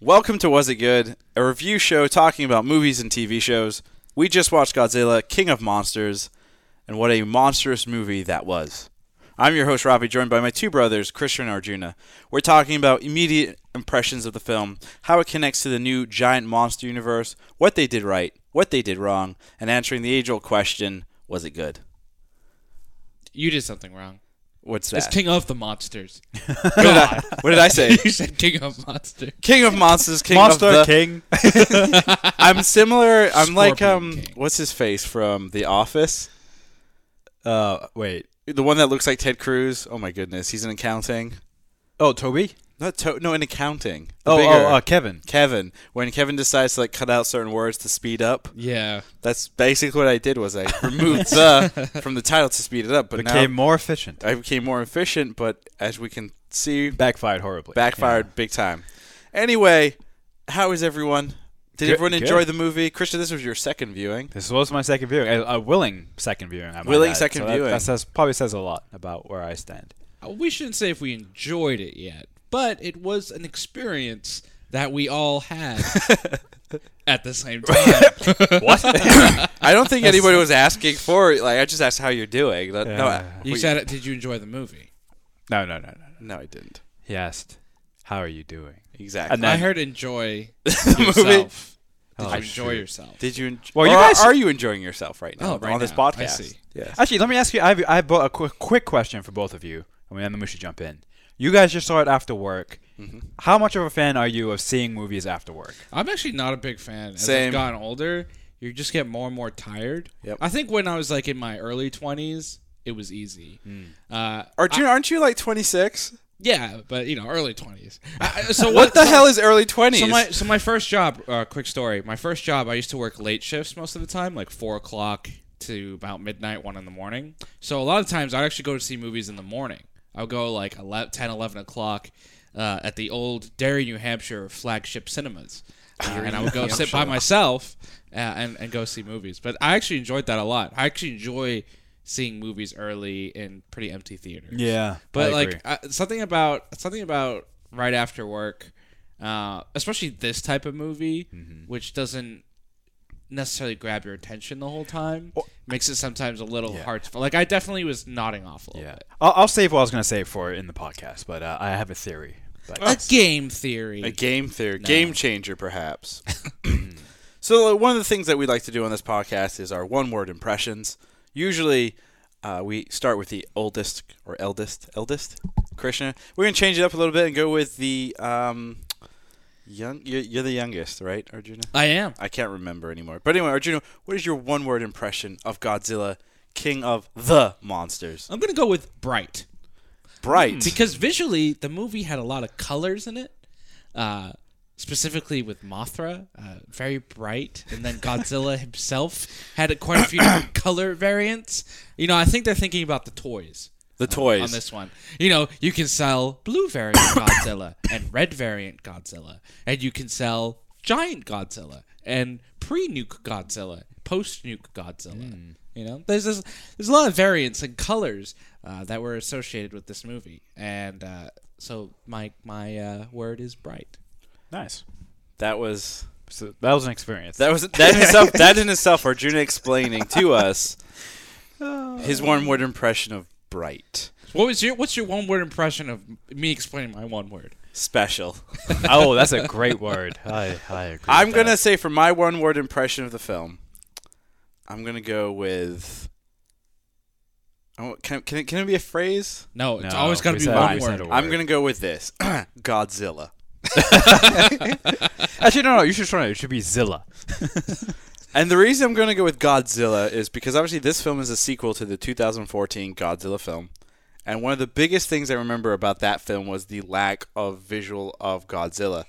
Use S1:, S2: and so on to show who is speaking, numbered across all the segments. S1: Welcome to Was It Good, a review show talking about movies and TV shows. We just watched Godzilla, King of Monsters, and what a monstrous movie that was. I'm your host, Ravi, joined by my two brothers, Christian and Arjuna. We're talking about immediate impressions of the film, how it connects to the new giant monster universe, what they did right, what they did wrong, and answering the age old question was it good?
S2: You did something wrong.
S1: What's
S2: It's
S1: that?
S2: King of the Monsters.
S1: what, did I, what did I say?
S2: you said King of Monsters.
S1: King of Monsters, King
S3: Monster
S1: of the
S3: King.
S1: I'm similar. I'm like
S2: Scorpion
S1: um,
S2: King.
S1: what's his face from The Office?
S3: Uh, wait.
S1: The one that looks like Ted Cruz. Oh my goodness, he's in accounting.
S3: Oh, Toby.
S1: Not to- no, in accounting. The
S3: Oh,
S1: bigger-
S3: oh, uh, Kevin.
S1: Kevin. When Kevin decides to like cut out certain words to speed up,
S2: Yeah.
S1: that's basically what I did. Was I removed the from the title to speed it up, but
S3: Became
S1: now
S3: more efficient.
S1: I became more efficient. But as we can see,
S3: Backfired horribly.
S1: backfired big time. Anyway, how is everyone? Did
S3: Good-
S1: everyone
S3: good.
S1: enjoy the movie? Christian, this was your second viewing.
S3: This was my second viewing. A, a willing second viewing. I might
S1: Willing
S3: add.
S1: second
S3: So that-
S1: viewing.
S3: That says, probably says a lot about where I stand.
S2: Uh, We shouldn't say if we enjoyed it yet, but it was an experience that we all had at the same time.
S1: I don't think anybody was asking for it. Like I just asked how you're doing. That- no, I-
S2: you
S1: wait,
S2: said it. Did you enjoy the movie?
S3: No, no, no, no. no.
S1: no, I didn't.
S3: He asked, "How are you doing?"
S1: Exactly.
S3: And then-
S2: I heard enjoy
S1: movie?
S2: yourself. Did
S3: Oh,
S2: you enjoy
S3: shoot.
S2: yourself?
S1: Did you? Enjoy,
S3: Well, you
S1: or
S3: guys-
S1: are you enjoying yourself right now
S2: Oh, right
S1: on this
S2: now. I
S1: podcast?
S2: see.
S1: Yes.
S3: Actually, let me ask you. I have, I have bo- a quick, quick question for both of you, I mean, and then we should jump in. You guys just saw it after work. How much of a fan are you of seeing movies after work?
S2: I'm actually not a big fan. As
S1: Same.
S2: I've gotten older, you just get more and more tired.
S1: Yep.
S2: I think when I was like in my early 20s, it was easy.
S1: Hmm.
S2: Uh,
S1: Arjun, aren't you like 26?
S2: yeah, but you know, early 20s. I- I- so
S1: What the
S2: so-
S1: hell is early 20s?
S2: So my so my first job, uh, quick story. My first job, I used to work late shifts most of the time, like four o'clock to about midnight, one in the morning. So a lot of times, I'd actually go to see movies in the morning. I'll go like 11, 10, 11 o'clock uh, at the old Derry, New Hampshire flagship cinemas, Uh, and I would go sit by myself uh, and and go see movies. But I actually enjoyed that a lot. I actually enjoy seeing movies early in pretty empty theaters.
S3: Yeah,
S2: But
S3: I agree.
S2: like uh, something about something about right after work, uh, especially this type of movie,
S3: Mm-hmm.
S2: which doesn't necessarily grab your attention the whole time, makes it sometimes a little hard. To, like I definitely was nodding off a little
S3: yeah,
S2: bit.
S3: I'll, I'll save what I was gonna say for it in the podcast, but uh, I have a theory. But
S2: A game theory.
S1: A game theory, game changer, perhaps. so, uh, one of the things that we like to do on this podcast is our one word impressions. Usually, uh, we start with the oldest or eldest, eldest Krishna. We're going to change it up a little bit and go with the um, young. You're, you're the youngest, right, Arjuna?
S2: I am.
S1: I can't remember anymore. But anyway, Arjuna, what is your one word impression of Godzilla, king of the monsters?
S2: I'm gonna go with bright.
S1: Bright.
S2: because visually the movie had a lot of colors in it uh, specifically with mothra uh, very bright and then godzilla himself had quite a few different color variants you know i think they're thinking about the toys
S1: The toys.
S2: on this one you know you can sell blue variant godzilla and red variant godzilla and you can sell giant godzilla and pre-nuke godzilla post-nuke godzilla
S1: Hmm.
S2: you know there's this, there's a lot of variants and colors uh, that were associated with this movie and uh, so my my uh, word is bright
S3: nice.
S1: That was
S3: So that was an experience.
S1: That was that in itself. That in itself, Arjuna explaining to us his one word impression of bright,
S2: what was your what's your one word impression of me explaining my one word
S1: special.
S3: oh, that's a great word. I, I agree.
S1: I'm
S3: with
S1: gonna
S3: that.
S1: say for my one word impression of the film, I'm gonna go with. Oh, can can it, can it be a phrase?
S2: no it's
S3: No,
S2: always got to
S3: we
S2: be
S3: said-
S2: one
S3: we
S2: word
S3: said a word.
S1: I'm gonna go with this Godzilla.
S3: Actually, no, no. You should try it. It should be Zilla.
S1: And the reason I'm going to go with Godzilla is because obviously this film is a sequel to the 2014 Godzilla film. And one of the biggest things I remember about that film was the lack of visual of Godzilla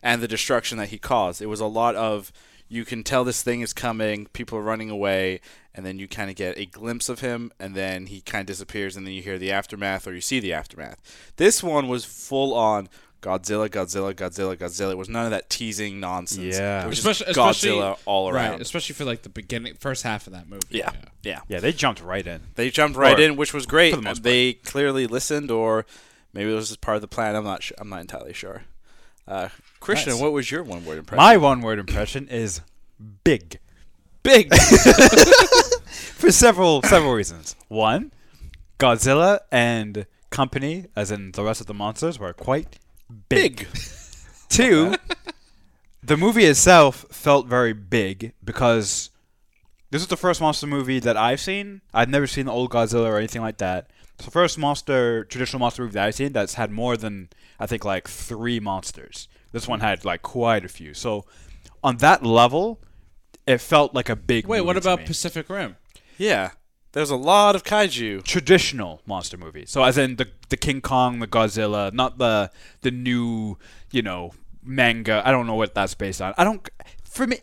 S1: and the destruction that he caused. It was a lot of you can tell this thing is coming, people are running away, and then you kind of get a glimpse of him, and then he kind of disappears, and then you hear the aftermath or you see the aftermath. This one was full on Godzilla, Godzilla, Godzilla, Godzilla. It was none of that teasing nonsense.
S3: Yeah.
S1: It was just
S2: especially,
S1: Godzilla
S2: especially-
S1: all
S2: right,
S1: around.
S2: especially for like the beginning first half of that movie
S1: Yeah. Yeah.
S3: Yeah, they jumped right in.
S1: They jumped right
S3: Or-
S1: in, which was great.
S3: for the most
S1: they clearly listened, or maybe it was just part of the plan. I'm not. Sure. I'm not entirely sure. Uh, Christian,
S2: Nice.
S1: what was your one word impression?
S3: My one word impression is big
S2: Big.
S3: for several several reasons. One, Godzilla and company, as in the rest of the monsters, were quite
S1: big.
S3: big. Two, the movie itself felt very big because this is the first monster movie that I've seen. I've never seen the old Godzilla or anything like that. It's the first monster, traditional monster movie that I've seen that's had more than, I think, like three monsters. This one had like quite a few. So on that level, it felt like a big
S2: Wait,
S3: movie
S2: what
S3: to
S2: about
S3: me.
S2: Pacific Rim?
S1: Yeah. There's a lot of kaiju.
S3: traditional monster movie. So as in the the King Kong, the Godzilla, not the the new, you know, manga. I don't know what that's based on. I don't for me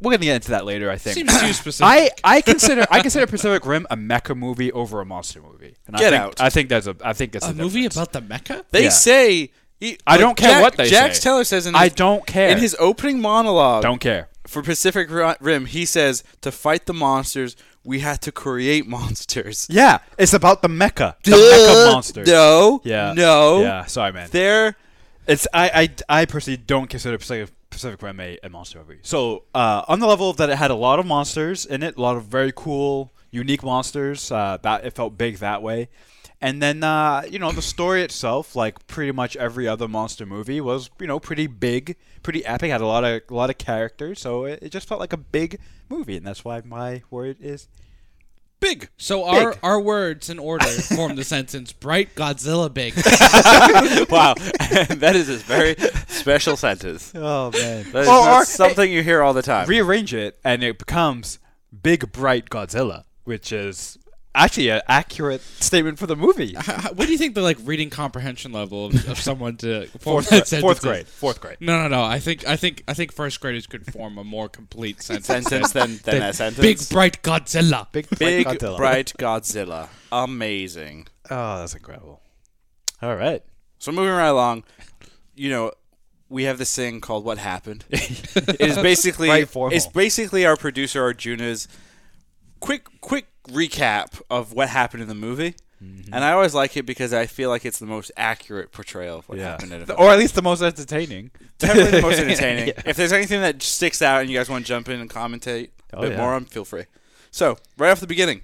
S3: we're gonna get into that later, I think.
S2: Seems too specific.
S3: I, I consider I consider Pacific Rim a mecha movie over a monster movie. And I
S1: Get
S3: think,
S1: out.
S3: I think that's a I think that's
S2: a
S3: a,
S2: movie
S3: difference.
S2: about the Mecca?
S1: They
S3: Yeah.
S1: say. he-
S3: I don't care
S1: Jack-
S3: what they
S1: Jax
S3: say.
S1: Teller says in his,
S3: I don't care.
S1: in his opening monologue
S3: don't care.
S1: for Pacific Ri- Rim. He says to fight the monsters, we had to create monsters.
S3: Yeah, it's about the mecha, the mecha monsters.
S1: No.
S3: Yeah.
S1: No.
S3: Yeah. Sorry, man.
S1: They're
S3: It's I, I I personally don't consider Pacific, Pacific Rim a, a monster movie. So uh, on the level that it had a lot of monsters in it, a lot of very cool, unique monsters. Uh, that it felt big that way, and then uh, you know the story itself, like pretty much every other monster movie, was you know pretty big, pretty epic. Had a lot of a lot of characters, so it, it just felt like a big movie, and that's why my word is
S1: big.
S2: So our,
S3: Big.
S2: our words in order form the sentence bright Godzilla big.
S1: wow. that is a very special sentence.
S3: oh man.
S1: That is,
S3: Or- or-
S1: that's something you hear all the time.
S3: rearrange it and it becomes big bright godzilla which is actually an accurate statement for the movie
S2: what do you think the like reading comprehension level of, of someone to form that
S3: fourth, grade,
S2: sentence
S3: fourth
S2: is?
S3: grade fourth grade
S2: No, no, no. I think I think I think first graders could form a more complete sentence.
S1: sentence than, than that sentence.
S2: Big bright Godzilla.
S3: big,
S1: Big
S3: bright godzilla
S1: bright Godzilla. Amazing.
S3: oh that's incredible all right
S1: So moving right along, you know, we have this thing called "What Happened." it is basically
S3: Right formal.
S1: it's basically our producer Arjuna's quick quick recap of what happened in the movie,
S3: Mm-hmm.
S1: and I always like it because I feel like it's the most accurate portrayal of what
S3: yeah
S1: happened in a film.
S3: or at least the most entertaining
S1: Definitely the most entertaining. If there's anything that sticks out and you guys want to jump in and commentate a
S3: Oh,
S1: bit
S3: yeah.
S1: more on, feel free. So right off the beginning,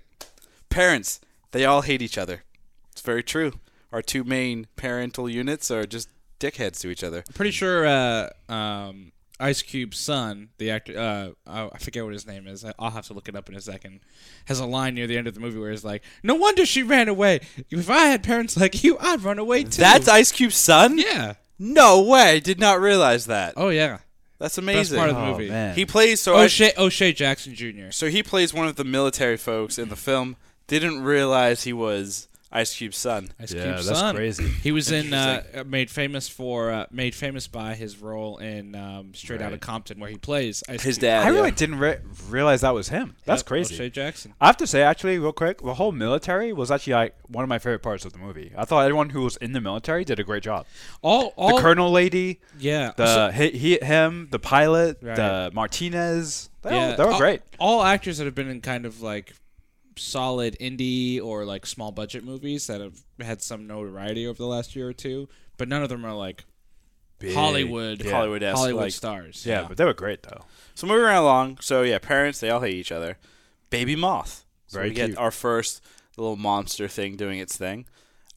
S1: parents they all hate each other. It's very true. Our two main parental units are just dickheads to each other.
S2: Pretty sure uh, um, Ice Cube's son, the actor, uh, I I forget what his name is. I'll have to look it up in a second. Has a line near the end of the movie where he's like, "No wonder she ran away. If I had parents like you, I'd run away too."
S1: That's Ice Cube's son?
S2: yeah.
S1: No way. Did not realize that.
S2: Oh yeah.
S1: That's
S2: Best
S1: amazing.
S2: part of the Oh,
S3: Oh,
S2: movie.
S3: man.
S1: he plays so I-
S2: O'Shea, O'Shea Jackson Jr.
S1: so he plays one of the military folks in the film. Didn't realize he was Ice Cube's son.
S2: Ice
S3: Yeah,
S2: Cube's
S3: that's
S2: son.
S3: crazy.
S2: He was in uh, made famous for uh, made famous by his role in um, Straight Outta Compton, where he plays Ice
S1: His
S2: Cube.
S1: dad.
S3: i really
S1: yeah.
S3: didn't re- realize that was him that's
S2: Yep,
S3: crazy
S2: O'Shea Jackson.
S3: I have to say, actually, real quick, the whole military was actually like one of my favorite parts of the movie. I thought everyone who was in the military did a great job.
S2: All all
S3: The colonel lady,
S2: yeah.
S3: the
S2: so-
S3: he, he, him, the pilot,
S2: Right.
S3: the Martinez. They, all-
S2: yeah,
S3: they were
S2: all,
S3: great.
S2: All actors that have been in kind of like solid indie or like small budget movies that have had some notoriety over the last year or two, but none of them are like Hollywood
S1: yeah. Hollywood-esque,
S2: Hollywood
S1: like-
S2: stars.
S3: Yeah, but they were great though.
S1: So moving right along. So yeah, parents they all hate each other. Baby moth. So
S3: Very
S1: we get
S3: cute.
S1: our first little monster thing doing its thing.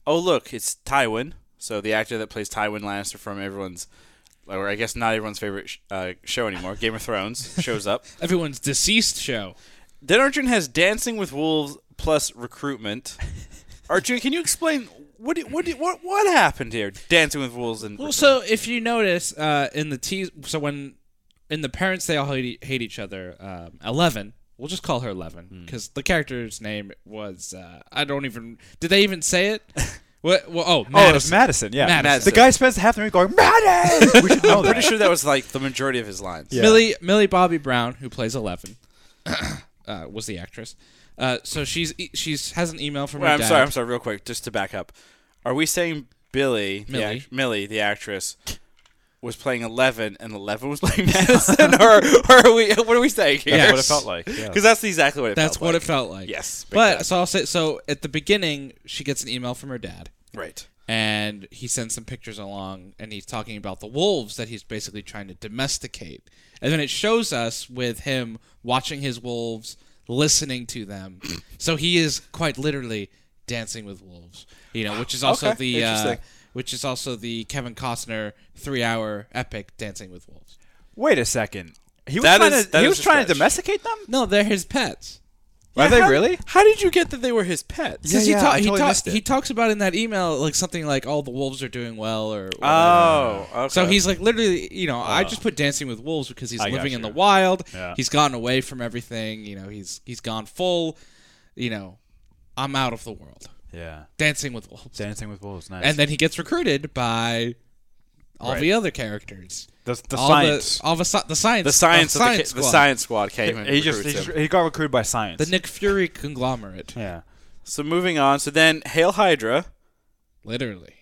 S1: Oh look, it's Tywin. So the actor that plays Tywin Lannister from everyone's, or I guess not everyone's favorite sh- uh, show anymore, Game of Thrones, shows up.
S2: Everyone's deceased show.
S1: Then Arjun has Dancing with Wolves plus recruitment. Arjun, can you explain what did- what did- what what happened here? Dancing with Wolves and
S2: Well, so if you notice uh, in the tease, so when in the parents they all hate, e- hate each other. Um, Eleven, we'll just call her Eleven because the character's name was uh, I don't even. Did they even say it? what? Well, oh,
S3: Oh, it was
S2: Madison.
S3: Madison. Yeah,
S2: Madison.
S3: The guy spends half the movie going Madison. We should know
S1: pretty
S3: that.
S1: sure that was like the majority of his lines.
S3: Yeah.
S2: Millie Millie Bobby Brown, who plays Eleven, uh, was the actress. Uh, so she's e- she's has an email from
S1: Wait,
S2: her
S1: I'm
S2: dad.
S1: sorry, I'm sorry. Real quick, just to back up, are we saying Billy, the
S2: Millie.
S1: act- Millie, the actress, was playing Eleven and Eleven was playing Madison, or, or are we? What are we saying here?
S3: That's
S2: Yeah.
S3: what it felt like. Yeah.
S1: Because that's exactly what it
S2: That's
S1: felt
S2: what
S1: like.
S2: it felt like.
S1: Yes, big
S2: but
S1: time.
S2: so I'll say so at the beginning she gets an email from her dad.
S1: Right.
S2: and he sends some pictures along and he's talking about the wolves that he's basically trying to domesticate and then it shows us with him watching his wolves listening to them so he is quite literally dancing with wolves you know which is also
S1: Okay,
S2: the uh,
S1: interesting.
S2: which is also the kevin costner three hour epic dancing with wolves
S3: Wait a second. He was
S1: That
S3: trying,
S1: is-
S3: to,
S1: that
S3: he
S1: is
S3: was
S1: a
S3: trying to
S1: stretch.
S3: domesticate them?
S2: no they're his pets
S3: Are they
S1: how-
S3: really?
S1: How did you get that they were his pets?
S3: Yeah,
S2: he,
S3: yeah,
S2: ta-
S3: I
S2: he,
S3: totally
S2: ta-
S3: missed it.
S2: he talks about in that email like something like oh the wolves are doing well or
S3: Ah,
S2: whatever.
S1: Oh, okay.
S2: So he's like literally, you know, I just put Dancing with Wolves because he's
S3: I
S2: living
S3: got
S2: in the
S3: you.
S2: wild.
S3: Yeah.
S2: He's gotten away from everything. You know, he's he's gone full. You know, I'm out of the world.
S3: Yeah.
S2: Dancing with Wolves,
S3: Dancing with Wolves. Nice.
S2: and then he gets recruited by all
S3: Right.
S2: the other characters.
S3: the, the
S2: all
S3: science.
S2: The, all the, sci- the science.
S1: the science, of
S2: the
S1: the,
S2: science
S1: ki- the
S2: squad.
S1: science squad came and
S3: he just, he
S1: recruits him.
S3: just he got recruited by science.
S2: The Nick Fury conglomerate,
S3: yeah.
S1: So moving on. So then Hail Hydra.
S2: literally.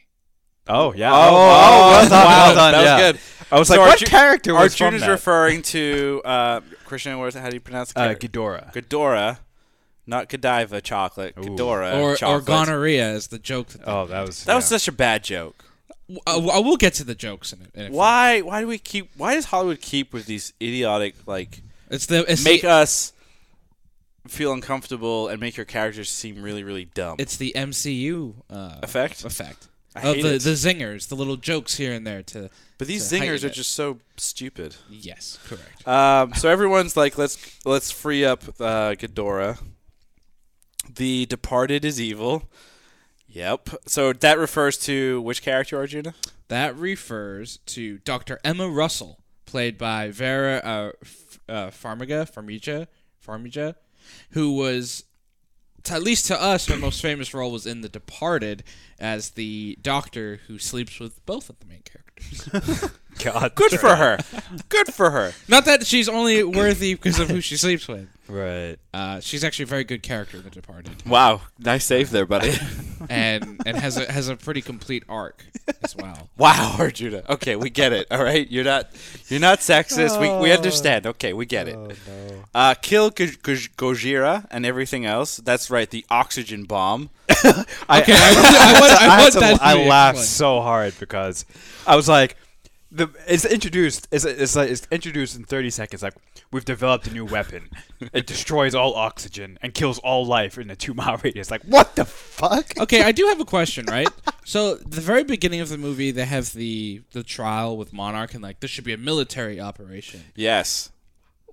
S3: Oh yeah.
S1: Oh,
S3: well done.
S1: wow,
S3: Well done.
S1: that was
S3: yeah.
S1: good.
S3: I was
S1: So
S3: like,
S1: our
S3: what
S1: Ju-
S3: character
S1: Our
S3: was from
S1: Jude is
S3: that?
S1: referring to uh, Christian. What is it? How do you pronounce the
S3: uh,
S1: character?
S3: Ghidorah.
S1: Ghidorah, not Godiva chocolate. Ghidorah
S2: or or
S1: Uh, chocolate.
S2: gonorrhea is the joke. That
S3: Oh, that was
S1: That was
S3: yeah.
S1: such a bad joke.
S2: they- I, I will get to the jokes in it. In a few-
S1: Why? Why do we keep? Why does Hollywood keep with these idiotic like
S2: It's the it's
S1: make
S2: the,
S1: us feel uncomfortable and make your characters seem really really dumb?
S2: it's the MCU uh,
S1: effect.
S2: effect.
S1: I
S2: of
S1: hate
S2: the,
S1: it.
S2: the zingers, the little jokes here and there to
S1: But these
S2: to heighten
S1: zingers are
S2: it.
S1: just so stupid.
S2: yes, correct.
S1: Um, so everyone's like, let's let's free up uh, Ghidorah. The Departed is evil. Yep. So that refers to which character, Arjuna?
S2: That refers to Dr. Emma Russell, played by Vera uh, F- uh, Farmiga, Farmiga, Farmiga, who was, t- at least to us, her most famous role was in The Departed as the doctor who sleeps with both of the main characters.
S3: God.
S1: Good for her. Good for her.
S2: Not that she's only worthy because of who she sleeps with.
S3: Right.
S2: Uh, she's actually a very good character in The Departed.
S1: Wow, nice save there, buddy.
S2: and and has a has a pretty complete arc as well.
S1: wow, Arjuna. Okay, we get it. All right, you're not you're not sexist. We
S2: Oh.
S1: we understand. Okay, we get it. Uh, kill Goj- Goj- Gojira and everything else. That's right. The oxygen bomb.
S3: I,
S2: Okay, I want- I want- I
S3: had
S2: want
S3: to-
S2: that to
S3: I
S2: be
S3: laughed
S2: explained.
S3: so hard because I was like, the it's introduced. It's, it's like it's introduced in 30 seconds. Like we've developed a new weapon. it destroys all oxygen and kills all life in a two mile radius. Like what the fuck?
S2: Okay, I do have a question, right? so the very beginning of the movie, they have the the trial with Monarch, and like this should be a military operation.
S1: Yes.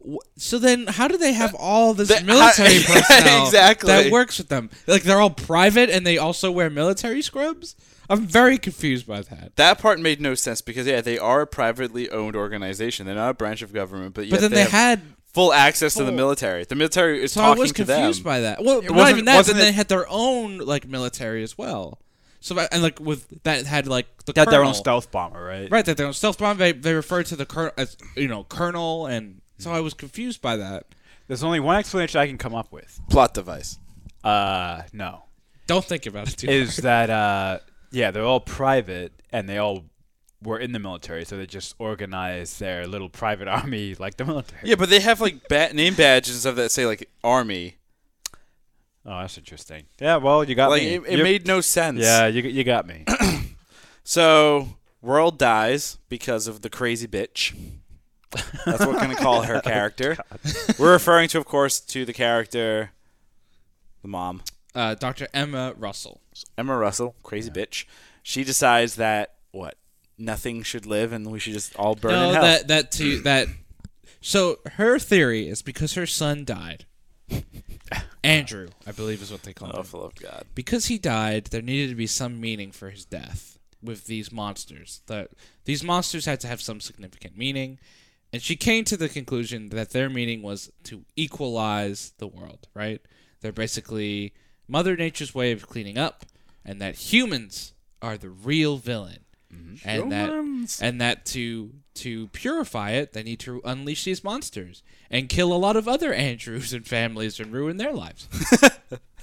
S2: Wh- So then, how do they have all this
S1: The-
S2: military
S1: how-
S2: personnel
S1: Exactly.
S2: that works with them? Like they're all private, and they also wear military scrubs. I'm very confused by that.
S1: That part made no sense because yeah, they are a privately owned organization. They're not a branch of government, but,
S2: But
S1: yet
S2: then they
S1: have
S2: had.
S1: full access to the
S2: full-
S1: military. The military is
S2: So I
S1: talking
S2: was
S1: to them.
S2: confused by that. Well, not
S3: wasn't-
S2: even that. But
S3: wasn't
S2: then
S3: it-
S2: they had their own like military as well. So that- and like with that had like the
S3: They had their own
S2: colonel.
S3: stealth bomber, right?
S2: Right, that they're on stealth bomb. They, they refer to the colonel as, you know, colonel, and so I was confused by that.
S3: There's only one explanation I can come up with.
S1: Plot device.
S3: Uh, no.
S2: Don't think about it too
S3: Is
S2: hard.
S3: that uh, yeah? They're all private and they all were in the military, so they just organized their little private army like the military.
S1: Yeah, but they have like bat- name badges and stuff that say like army.
S3: Oh, that's interesting. Yeah, well, you got
S1: Like
S3: me.
S1: Uh, it, it
S3: You-
S1: made no sense.
S3: Yeah, you you got me.
S1: So world dies because of the crazy bitch. That's what we're gonna call her character. we're referring to, of course, to the character, the mom.
S2: Uh, Dr. Emma Russell.
S1: Emma Russell, crazy bitch. She decides that what nothing should live and we should just all burn
S2: no,
S1: in hell.
S2: that that to that. So her theory is because her son died. Andrew, I believe, is what they call
S1: oh,
S2: him.
S1: for love of God.
S2: Because he died, there needed to be some meaning for his death with these monsters. That these monsters had to have some significant meaning, and she came to the conclusion that their meaning was to equalize the world. Right? They're basically Mother Nature's way of cleaning up, and that humans are the real villain, and
S1: Humans.
S2: that and that to to purify it, they need to unleash these monsters and kill a lot of other Andrews and families and ruin their lives.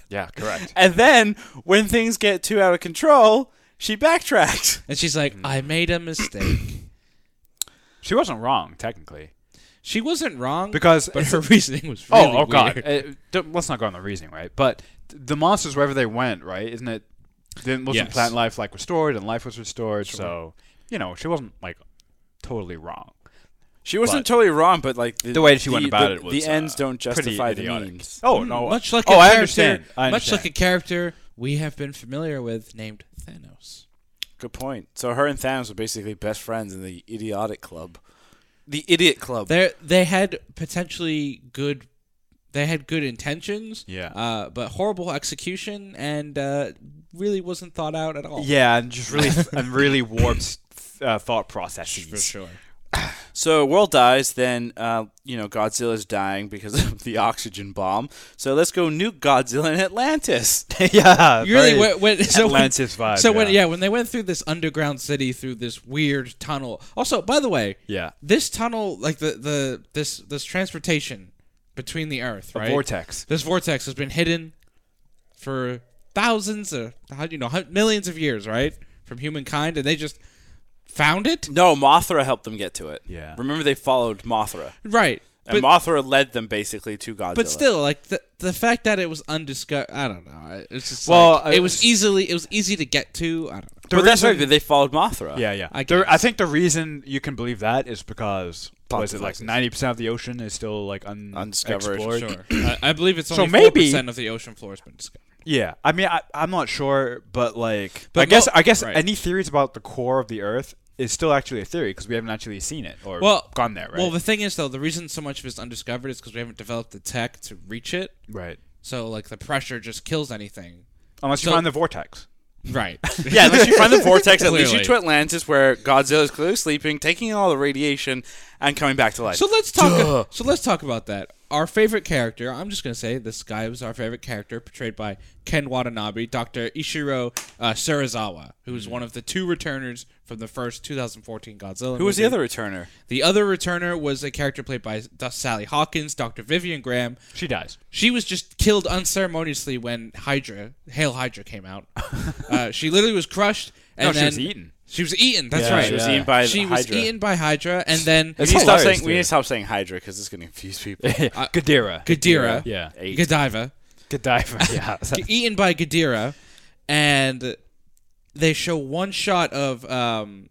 S3: yeah, correct.
S1: And then when things get too out of control, she backtracks.
S2: And she's like, I made a mistake.
S3: She wasn't wrong technically
S2: she wasn't wrong
S3: because
S2: but
S3: it's-
S2: her reasoning was really
S3: oh oh god,
S2: weird.
S3: Uh, don't- let's not go on the reasoning, right? But th- the monsters wherever they went, right? Isn't it Then wasn't
S2: Yes.
S3: plant life like restored and life was restored? So you know she wasn't like totally wrong.
S1: She wasn't totally wrong, but like
S3: The way she went about
S1: the-
S3: it was,
S1: the ends
S3: uh,
S1: don't
S3: pretty
S1: justify the
S3: idiotic.
S1: means.
S3: Oh no,
S2: much like
S3: oh
S2: a
S3: I
S2: character-
S3: understand. I
S2: Much
S3: understand.
S2: like a character we have been familiar with named Thanos.
S1: Good point. So her and Thanos were basically best friends in the idiotic club. The idiot club.
S2: They they had potentially good, they had good intentions.
S3: Yeah.
S2: Uh, but horrible execution and uh, really wasn't thought out at all.
S3: yeah, and just really and really warped uh, thought processes.
S2: For sure.
S1: So world dies, then uh, you know Godzilla's dying because of the oxygen bomb. So let's go nuke Godzilla in Atlantis.
S3: yeah,
S2: You really
S3: very
S2: went, went so when-
S3: Atlantis vibe.
S2: So
S3: yeah.
S2: when yeah, when they went through this underground city through this weird tunnel. Also, by the way,
S3: Yeah.
S2: this tunnel like the the this this transportation between the Earth, right?
S3: vortex.
S2: This vortex has been hidden for thousands or how do you know hun- millions of years, right, from humankind, and they just found it,
S1: No, Mothra helped them get to it.
S3: Yeah.
S1: Remember they followed Mothra,
S2: right?
S1: and
S2: But,
S1: Mothra led them basically to Godzilla.
S2: but still, like the the fact that it was undiscovered, I don't know. I- It's just
S3: Well, uh,
S2: like,
S3: I-
S2: it was easily it was easy to get to. I don't know.
S1: but that's right. They followed Mothra.
S3: Yeah, yeah.
S2: I
S3: I, there, I
S2: guess.
S3: think the reason you can believe that is because was it like
S1: devices.
S3: ninety percent of the ocean is still like un-
S1: Undiscovered.
S3: explored?
S2: Sure. I, I believe it's
S3: So
S2: only four
S3: maybe-
S2: percent of the ocean floor has been discovered.
S3: Yeah, I mean, I, I'm not sure, but like,
S2: But
S3: I guess
S2: mo-
S3: I guess
S2: right.
S3: any theories about the core of the Earth is still actually a theory because we haven't actually seen it or
S2: Well,
S3: gone there, right?
S2: Well, the thing is though, the reason so much of it's undiscovered is because we haven't developed the tech to reach it.
S3: right.
S2: So like the pressure just kills anything.
S3: Unless you
S2: So-
S3: find the vortex.
S2: Right.
S1: Yeah, unless you find the vortex that leads you
S2: Clearly.
S1: to Atlantis, where Godzilla is clearly sleeping, taking in all the radiation, and coming back to life.
S2: So let's talk. So let's talk about that. Our favorite character. I'm just gonna say this guy was our favorite character, portrayed by Ken Watanabe, Dr. Ishiro uh, Serizawa, who was one of the two returners from the first 2014 Godzilla.
S1: Who was the
S2: movie.
S1: other returner?
S2: The other returner was a character played by S- Sally Hawkins, Dr. Vivian Graham.
S3: She dies.
S2: She was just killed unceremoniously when Hydra, Hail Hydra, came out. uh, she literally was crushed. And
S3: No, she
S2: then-
S3: was eaten.
S2: She was eaten. That's
S3: Yeah,
S2: right.
S1: She was
S3: yeah.
S1: eaten by
S2: She was
S1: Hydra.
S2: eaten by Hydra, and then
S1: We
S3: It's
S1: need, to stop
S3: hilarious,
S1: saying, we
S3: dude.
S1: need to stop saying Hydra because it's going to confuse people.
S3: Gadira.
S2: Gadira,
S3: Yeah.
S1: Eight.
S2: Godiva,
S3: Godiva. Yeah.
S2: g- eaten by Gadira, and they show one shot of um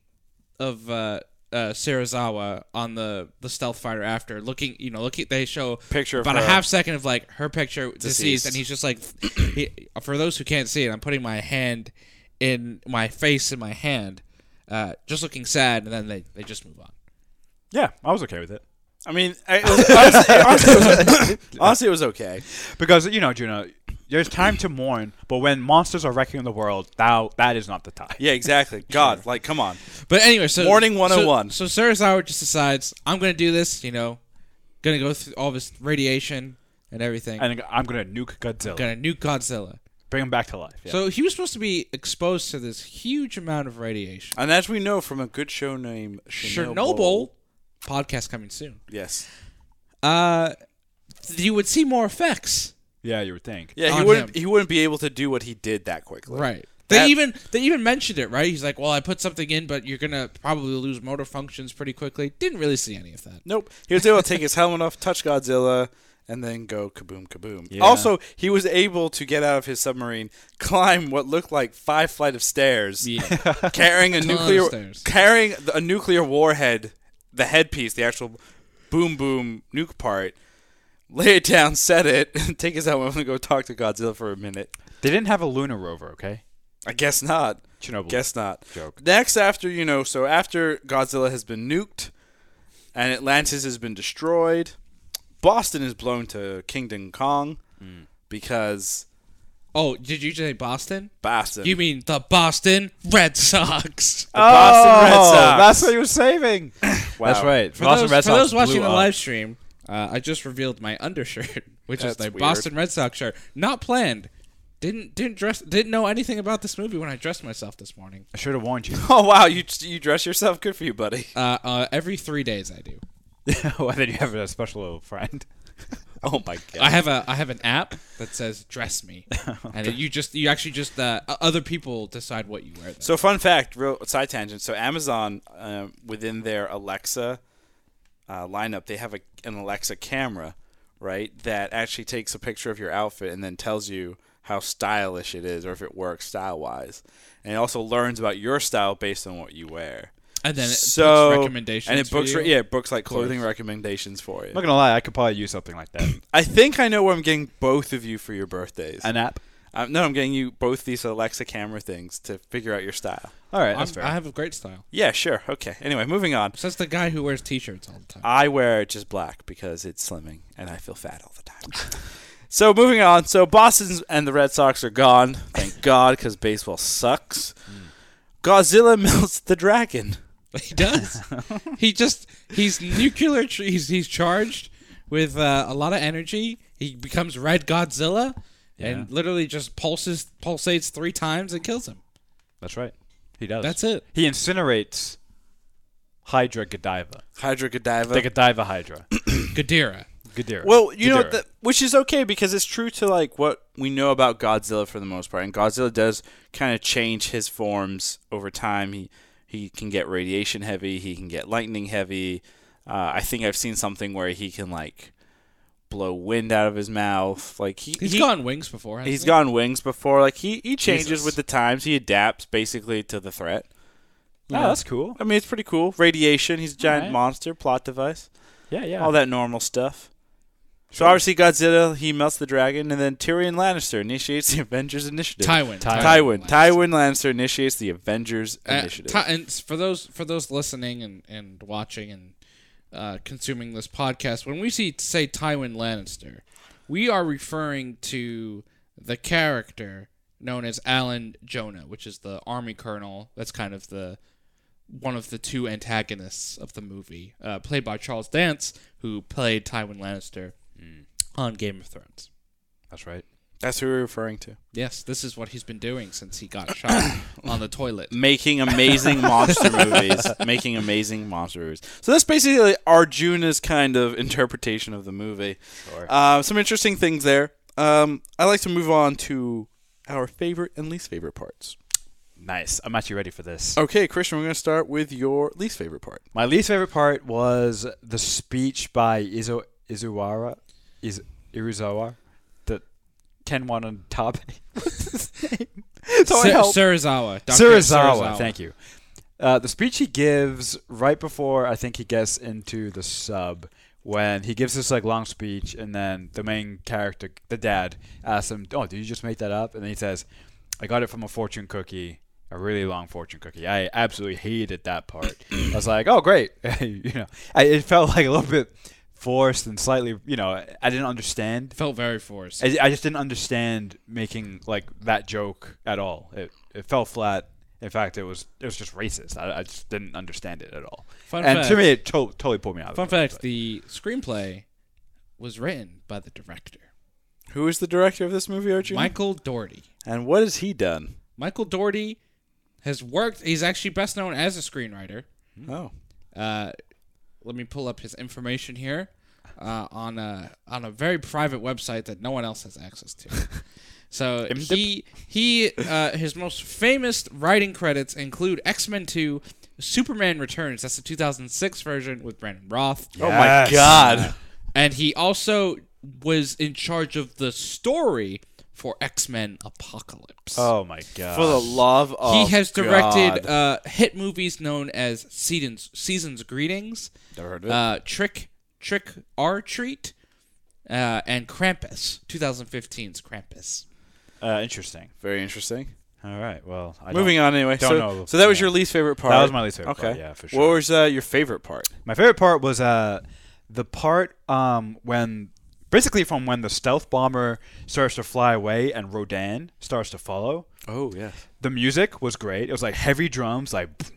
S2: of uh, uh Serizawa on the the stealth fighter after looking, you know, looking. They show
S1: Picture of
S2: about a
S1: her.
S2: half second of like her picture deceased,
S1: Deceased.
S2: and he's just like, he, for those who can't see it, I'm putting my hand in my face in my hand, uh, just looking sad, and then they they just move on.
S3: yeah, I was okay with it.
S1: I mean, I, it was, honestly, honestly, it was, honestly, it was okay.
S3: Because, you know, Juno, there's time to mourn, but when monsters are wrecking the world, thou, that is not the time.
S1: Yeah, exactly. God, like, come on.
S2: But anyway, so
S1: Morning 101.
S2: So, so Serizawa just decides I'm going to do this. You know, going to go through all this radiation and everything.
S3: And I'm going to nuke Godzilla.
S2: going to nuke Godzilla.
S3: Bring him back to life. Yeah.
S2: So he was supposed to be exposed to this huge amount of radiation.
S1: And as we know from a good show named Chernobyl,
S2: Chernobyl podcast coming soon.
S1: Yes.
S2: Uh, you would see more effects,
S3: yeah, you would think.
S1: Yeah, he
S2: On
S1: wouldn't.
S2: him.
S1: He wouldn't be able to do what he did that quickly.
S2: right? They
S1: That-
S2: even they even mentioned it, right? He's like, "Well, I put something in, but you're gonna probably lose motor functions pretty quickly." Didn't really see any of that.
S1: Nope. He was able to take his helmet off, touch Godzilla, and then go kaboom, kaboom.
S3: Yeah.
S1: Also, he was able to get out of his submarine, climb what looked like five flight of stairs, carrying a
S2: Ton of
S1: nuclear
S2: stairs.
S1: carrying th- a nuclear warhead, the headpiece, the actual boom boom nuke part. Lay it down, set it, take his helmet off, and go talk to Godzilla for a minute.
S3: They didn't have a lunar rover, okay?
S1: I guess not.
S3: Chernobyl.
S1: Guess not.
S3: Joke.
S1: Next, after you know, so after Godzilla has been nuked, and Atlantis has been destroyed, Boston is blown to Kingdom Kong because
S2: Oh, did you say Boston?
S1: Boston.
S2: You mean the Boston Red Sox?
S1: the Boston Red Sox.
S3: Oh, That's what he was saving. That's
S1: Wow.
S3: right.
S2: For
S3: Boston
S2: those,
S3: Red
S2: for
S3: Sox
S2: those watching
S3: blew
S2: the
S3: up.
S2: live stream, uh, I just revealed my undershirt, which is
S1: That's
S2: the
S1: weird.
S2: Boston Red Sox shirt. Not planned. Didn't didn't dress. Didn't know anything about this movie when I dressed myself this morning.
S3: I should have warned you.
S1: Oh wow, you you dress yourself. Good for you, buddy.
S2: Uh, uh, every three days I do.
S3: well, then you have a special little friend.
S1: Oh my god.
S2: I have a I have an app that says dress me, and it, you just you actually just uh, o- other people decide what you wear. Then.
S1: So fun fact, real side tangent. So Amazon, um, within their Alexa uh, lineup, they have a, an Alexa camera, right, that actually takes a picture of your outfit and then tells you how stylish it is or if it works style wise. And it also learns about your style based on what you wear.
S2: And then it
S1: so
S2: books recommendations.
S1: and it
S2: for
S1: books
S2: you.
S1: re- yeah it books like
S2: course.
S1: clothing recommendations for you.
S3: I'm not gonna lie, I could probably use something like that.
S1: I think I know what I'm getting both of you for your birthdays.
S3: An app.
S1: Um, no, I'm getting you both these Alexa camera things to figure out your style.
S3: All right,
S2: I'm-
S3: that's fair.
S2: I have a great style.
S1: Yeah, sure. Okay. Anyway, moving on.
S2: So that's the guy who wears t-shirts all the time.
S1: I wear just black because it's slimming and I feel fat all the time. so moving on. So Boston and the Red Sox are gone. Thank God because baseball sucks. Godzilla melts the dragon.
S2: He does. he just he's nuclear. tr- He's he's charged with uh, a lot of energy. He becomes Red Godzilla and literally just pulses pulsates three times and kills him.
S3: that's right. He does.
S2: That's it.
S3: He incinerates Hydra Godiva.
S1: Hydra Godiva.
S3: The Godiva Hydra.
S2: Gadira.
S3: Godira.
S1: Well, you know,
S3: Ghidorah.
S1: that, which is okay because it's true to like what we know about Godzilla for the most part, and Godzilla does kind of change his forms over time. He he can get radiation heavy, he can get lightning heavy. Uh, I think I've seen something where he can like blow wind out of his mouth. Like he
S2: He's
S1: he,
S2: gotten wings before. Hasn't
S1: He's
S2: he?
S1: gone wings before. Like he he changes
S2: Jesus.
S1: with the times. He adapts basically to the threat.
S3: Oh, that's cool.
S1: I mean, it's pretty cool. Radiation. He's a giant
S3: Alright.
S1: monster. Plot device
S3: Yeah, yeah.
S1: all that normal stuff. So obviously Godzilla, he melts the dragon, and then Tyrion Lannister initiates the Avengers Initiative.
S2: Tywin.
S3: Ty-
S1: Tywin.
S2: Lannister.
S1: Tywin Lannister initiates the Avengers
S2: Uh,
S1: Initiative.
S2: Ty- and s- for those for those listening and, and watching and uh, consuming this podcast, when we see say Tywin Lannister, we are referring to the character known as Alan Jonah, which is the army colonel. That's kind of the one of the two antagonists of the movie, uh, played by Charles Dance, who played Tywin Lannister
S3: Hmm.
S2: on Game of Thrones.
S3: That's right.
S1: That's who we're referring to.
S2: Yes, this is what he's been doing since he got shot on the toilet.
S1: Making amazing monster movies. Making amazing monster movies. So that's basically Arjuna's kind of interpretation of the movie.
S3: Sure.
S1: Uh, some interesting things there. Um, I like to move on to our favorite and least favorite parts.
S3: Nice. I'm actually ready for this.
S1: Okay, Christian, we're going to start with your least favorite part.
S3: My least favorite part was the speech by Izo Izuwara, Iz Iruzawa, the Ken Watanabe. so
S2: Sir-
S3: I help.
S2: Serizawa. Dr.
S3: Surizawa, thank you. Uh, the speech he gives right before I think he gets into the sub, when he gives this like long speech, and then the main character, the dad, asks him, "Oh, did you just make that up?" And then he says, "I got it from a fortune cookie, a really long fortune cookie." I absolutely hated that part. I was like, "Oh, great," you know. I, it felt like a little bit forced and slightly, you know, I didn't understand.
S2: Felt very forced.
S3: I, I just didn't understand making like that joke at all. It it fell flat. In fact, it was it was just racist. I, I just didn't understand it at all.
S2: Fun
S3: and to
S2: fact-
S3: me, it to- totally pulled me out. of
S2: Fun
S3: it,
S2: fact:
S3: but-
S2: the screenplay was written by the director,
S1: Who is the director of this movie, Arjuna?
S2: Michael Doherty.
S1: And what has he done?
S2: Michael Doherty has worked. He's actually best known as a screenwriter.
S1: Oh.
S2: Uh, let me pull up his information here uh, on a on a very private website that no one else has access to. So he he uh, his most famous writing credits include X Men Two, Superman Returns. That's the 2006 version with Brandon Roth.
S1: Oh my god.
S2: And he also was in charge of the story for X Men Apocalypse.
S3: Oh my god.
S1: For the love
S2: he
S1: of
S2: has
S1: God.
S2: directed uh, hit movies known as Seasons, Seasons Greetings,
S1: Never heard of it.
S2: uh, Trick Trick R Treat, uh, and Krampus. 2015's Krampus.
S3: uh, interesting.
S1: Very interesting.
S3: All right. Well, I
S1: Moving on anyway.
S3: don't
S1: so,
S3: know.
S1: so that was
S3: Yeah.
S1: your least favorite part.
S3: was my least favorite
S1: okay.
S3: part, yeah, for
S1: What
S3: sure.
S1: was uh, your favorite part?
S3: My favorite part was uh, the part um, when basically from when the stealth bomber starts to fly away and Rodan starts to follow.
S1: Oh yeah.
S3: the music was great. It was like heavy drums, like boom,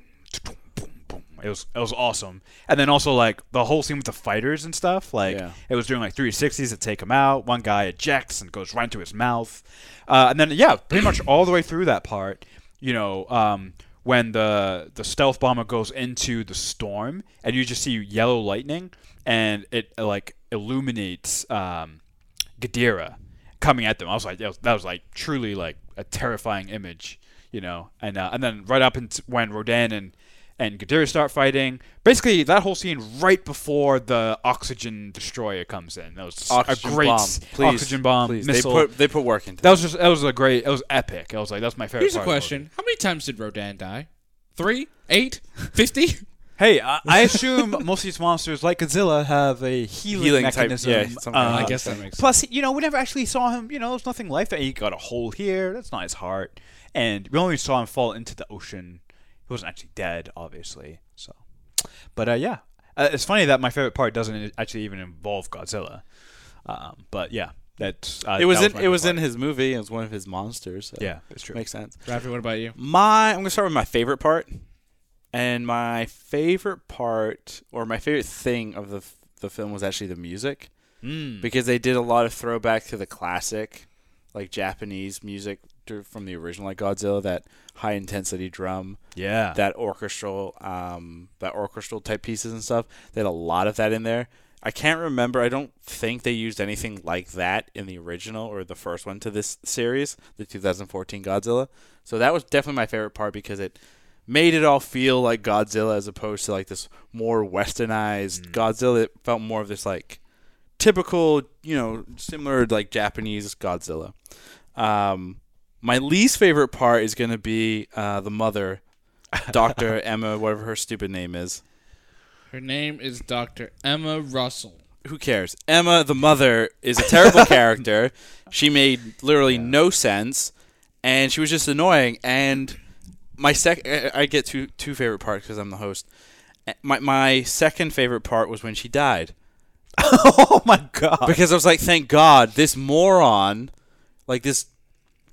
S3: boom, boom, boom. It was it was awesome. And then also like the whole scene with the fighters and stuff. Like
S1: Yeah.
S3: it was doing like 360s to take him out. One guy ejects and goes right into his mouth. Uh, and then yeah, pretty much all the way through that part, you know, um, when the the stealth bomber goes into the storm and you just see yellow lightning and it uh, like illuminates um, Gadira coming at them. I was like, that was, that was like truly like a terrifying image, you know. And uh, and then right up into when Rodan and and Ghidorah start fighting. Basically, that whole scene right before the oxygen destroyer comes in. That was
S1: Oxygen
S3: a great
S1: bomb.
S3: s-
S1: Please.
S3: oxygen bomb
S1: Please. They
S3: missile.
S1: put they put work into
S3: that
S1: that.
S3: was just that was a great. That was epic. I was like, that's my favorite.
S2: Here's a
S3: part of the movie.
S2: question: How many times did Rodan die? Three, eight, fifty?
S3: Hey, I, I assume most of these monsters, like Godzilla, have a healing,
S1: Healing type-
S3: mechanism. um,
S1: yeah, some
S3: Uh,
S1: kind of-
S2: I guess that makes sense.
S3: Plus, you know, we never actually saw him. You know, there's nothing like that. He got a hole here. That's not his heart. And we only saw him fall into the ocean. He wasn't actually dead, obviously. So, but uh, yeah, uh, it's funny that my favorite part doesn't e, actually even involve Godzilla. Um, but yeah, that's uh,
S1: It was,
S3: that
S1: in
S3: my
S1: it was
S3: favorite
S1: in his movie. It was one of his monsters. So
S3: part. Yeah, it's true.
S1: makes sense.
S2: Rafi, what about you?
S1: My I'm gonna start with my favorite part, and my favorite part or my favorite thing of the f- the film was actually the music
S3: Mm.
S1: because they did a lot of throwback to the classic, like Japanese music to- from the original, like Godzilla, that high intensity drum,
S3: Yeah,
S1: that orchestral, um, that orchestral type pieces and stuff. They had a lot of that in there. I can't remember. I don't think they used anything like that in the original or the first one to this series, the 2014 Godzilla. So that was definitely my favorite part because it made it all feel like Godzilla as opposed to like this more westernized Godzilla. It felt more of this like typical, you know, similar like Japanese Godzilla. Um, my least favorite part is going to be uh, the mother, Doctor Emma, whatever her stupid name is.
S2: Her name is Dr. Emma Russell.
S1: Who cares? Emma, the mother, is a terrible character. She made literally no sense, and she was just annoying. And my sec, I- I get two two favorite parts because I'm the host. Uh, My my second favorite part was when she died.
S3: oh my god.
S1: because I was like, thank God, this moron, like this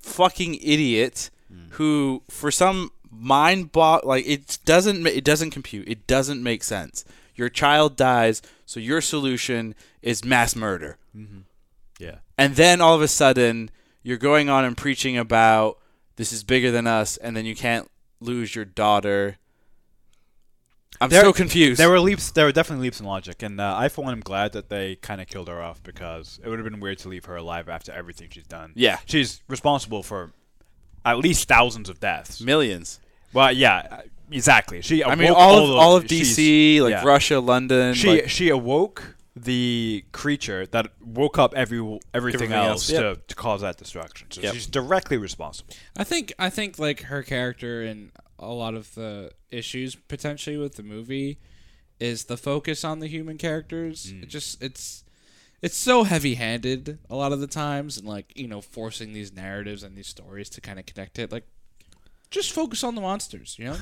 S1: fucking idiot,
S3: Mm.
S1: who for some mind bot, like it doesn't, ma- it doesn't compute, it doesn't make sense. Your child dies, so your solution is mass murder,
S3: Yeah,
S1: and then all of a sudden you're going on and preaching about this is bigger than us, and then you can't lose your daughter. I'm
S3: There-
S1: so confused.
S3: there were leaps. There were definitely leaps in logic, and uh, I for one am glad that they kind of killed her off because it would have been weird to leave her alive after everything she's done.
S1: yeah,
S3: she's responsible for at least thousands of deaths.
S1: millions.
S3: Well, yeah, exactly. She.
S1: I mean,
S3: awoke
S1: all of, all of
S3: she's-
S1: DC, like
S3: yeah.
S1: Russia, London.
S3: She
S1: like-
S3: she awoke the creature that woke up every everything,
S1: Everything
S3: else,
S1: else,
S3: to, to cause that destruction. So
S1: Yep.
S3: she's directly responsible.
S2: I think I think like her character and a lot of the issues potentially with the movie is the focus on the human characters. It just it's it's so heavy-handed a lot of the times and like, you know, forcing these narratives and these stories to kind of connect it like just focus on the monsters, you know?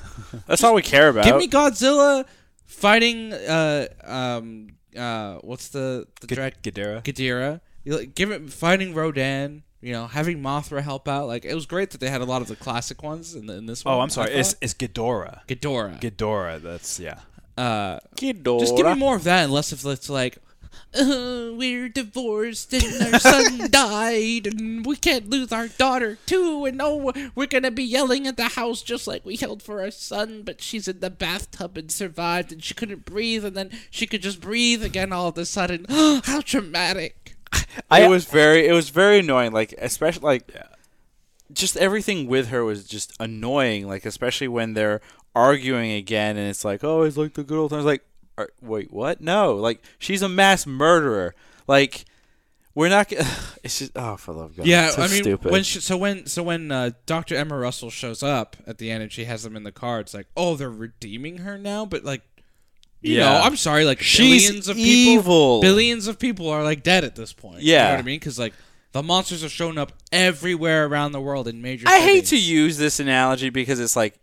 S1: That's all we care about.
S2: Give me Godzilla fighting uh um uh what's the the drag
S3: Ghidorah.
S2: Ghidorah. You like, give it fighting Rodan. You know, having Mothra help out. Like it was great that they had a lot of the classic ones in, the, in this one.
S3: Oh, I'm sorry.
S2: I
S3: It's
S2: thought.
S3: it's Ghidorah.
S2: Ghidorah.
S3: Ghidorah. That's yeah.
S2: uh,
S1: Ghidorah.
S2: just give me more of that and less of it's like. Uh, we're divorced and our son died and we can't lose our daughter too and oh we're gonna be yelling at the house just like we yelled for our son but she's in the bathtub and survived and she couldn't breathe and then she could just breathe again all of a sudden how traumatic
S3: I-
S1: it was very, it was very annoying. Like especially like,
S3: Yeah.
S1: just everything with her was just annoying. Like especially when they're arguing again, and it's like, oh, it's like the good old times. Like, are, wait, what? No, like she's a mass murderer. Like, we're not. g- It's just oh, for the love of God.
S2: Yeah,
S1: so
S2: I mean,
S1: stupid.
S2: when she, so when so when uh, Doctor Emma Russell shows up at the end and she has them in the car, it's like, oh, they're redeeming her now, but like, you
S3: Yeah.
S2: know, I'm sorry, like
S1: She's
S2: billions of people,
S1: evil.
S2: billions of people are like dead at this point. you know
S1: Yeah.
S2: what I mean, because like the monsters have shown up everywhere around the world in major.
S1: I hate to
S2: cities.
S1: use this analogy because it's like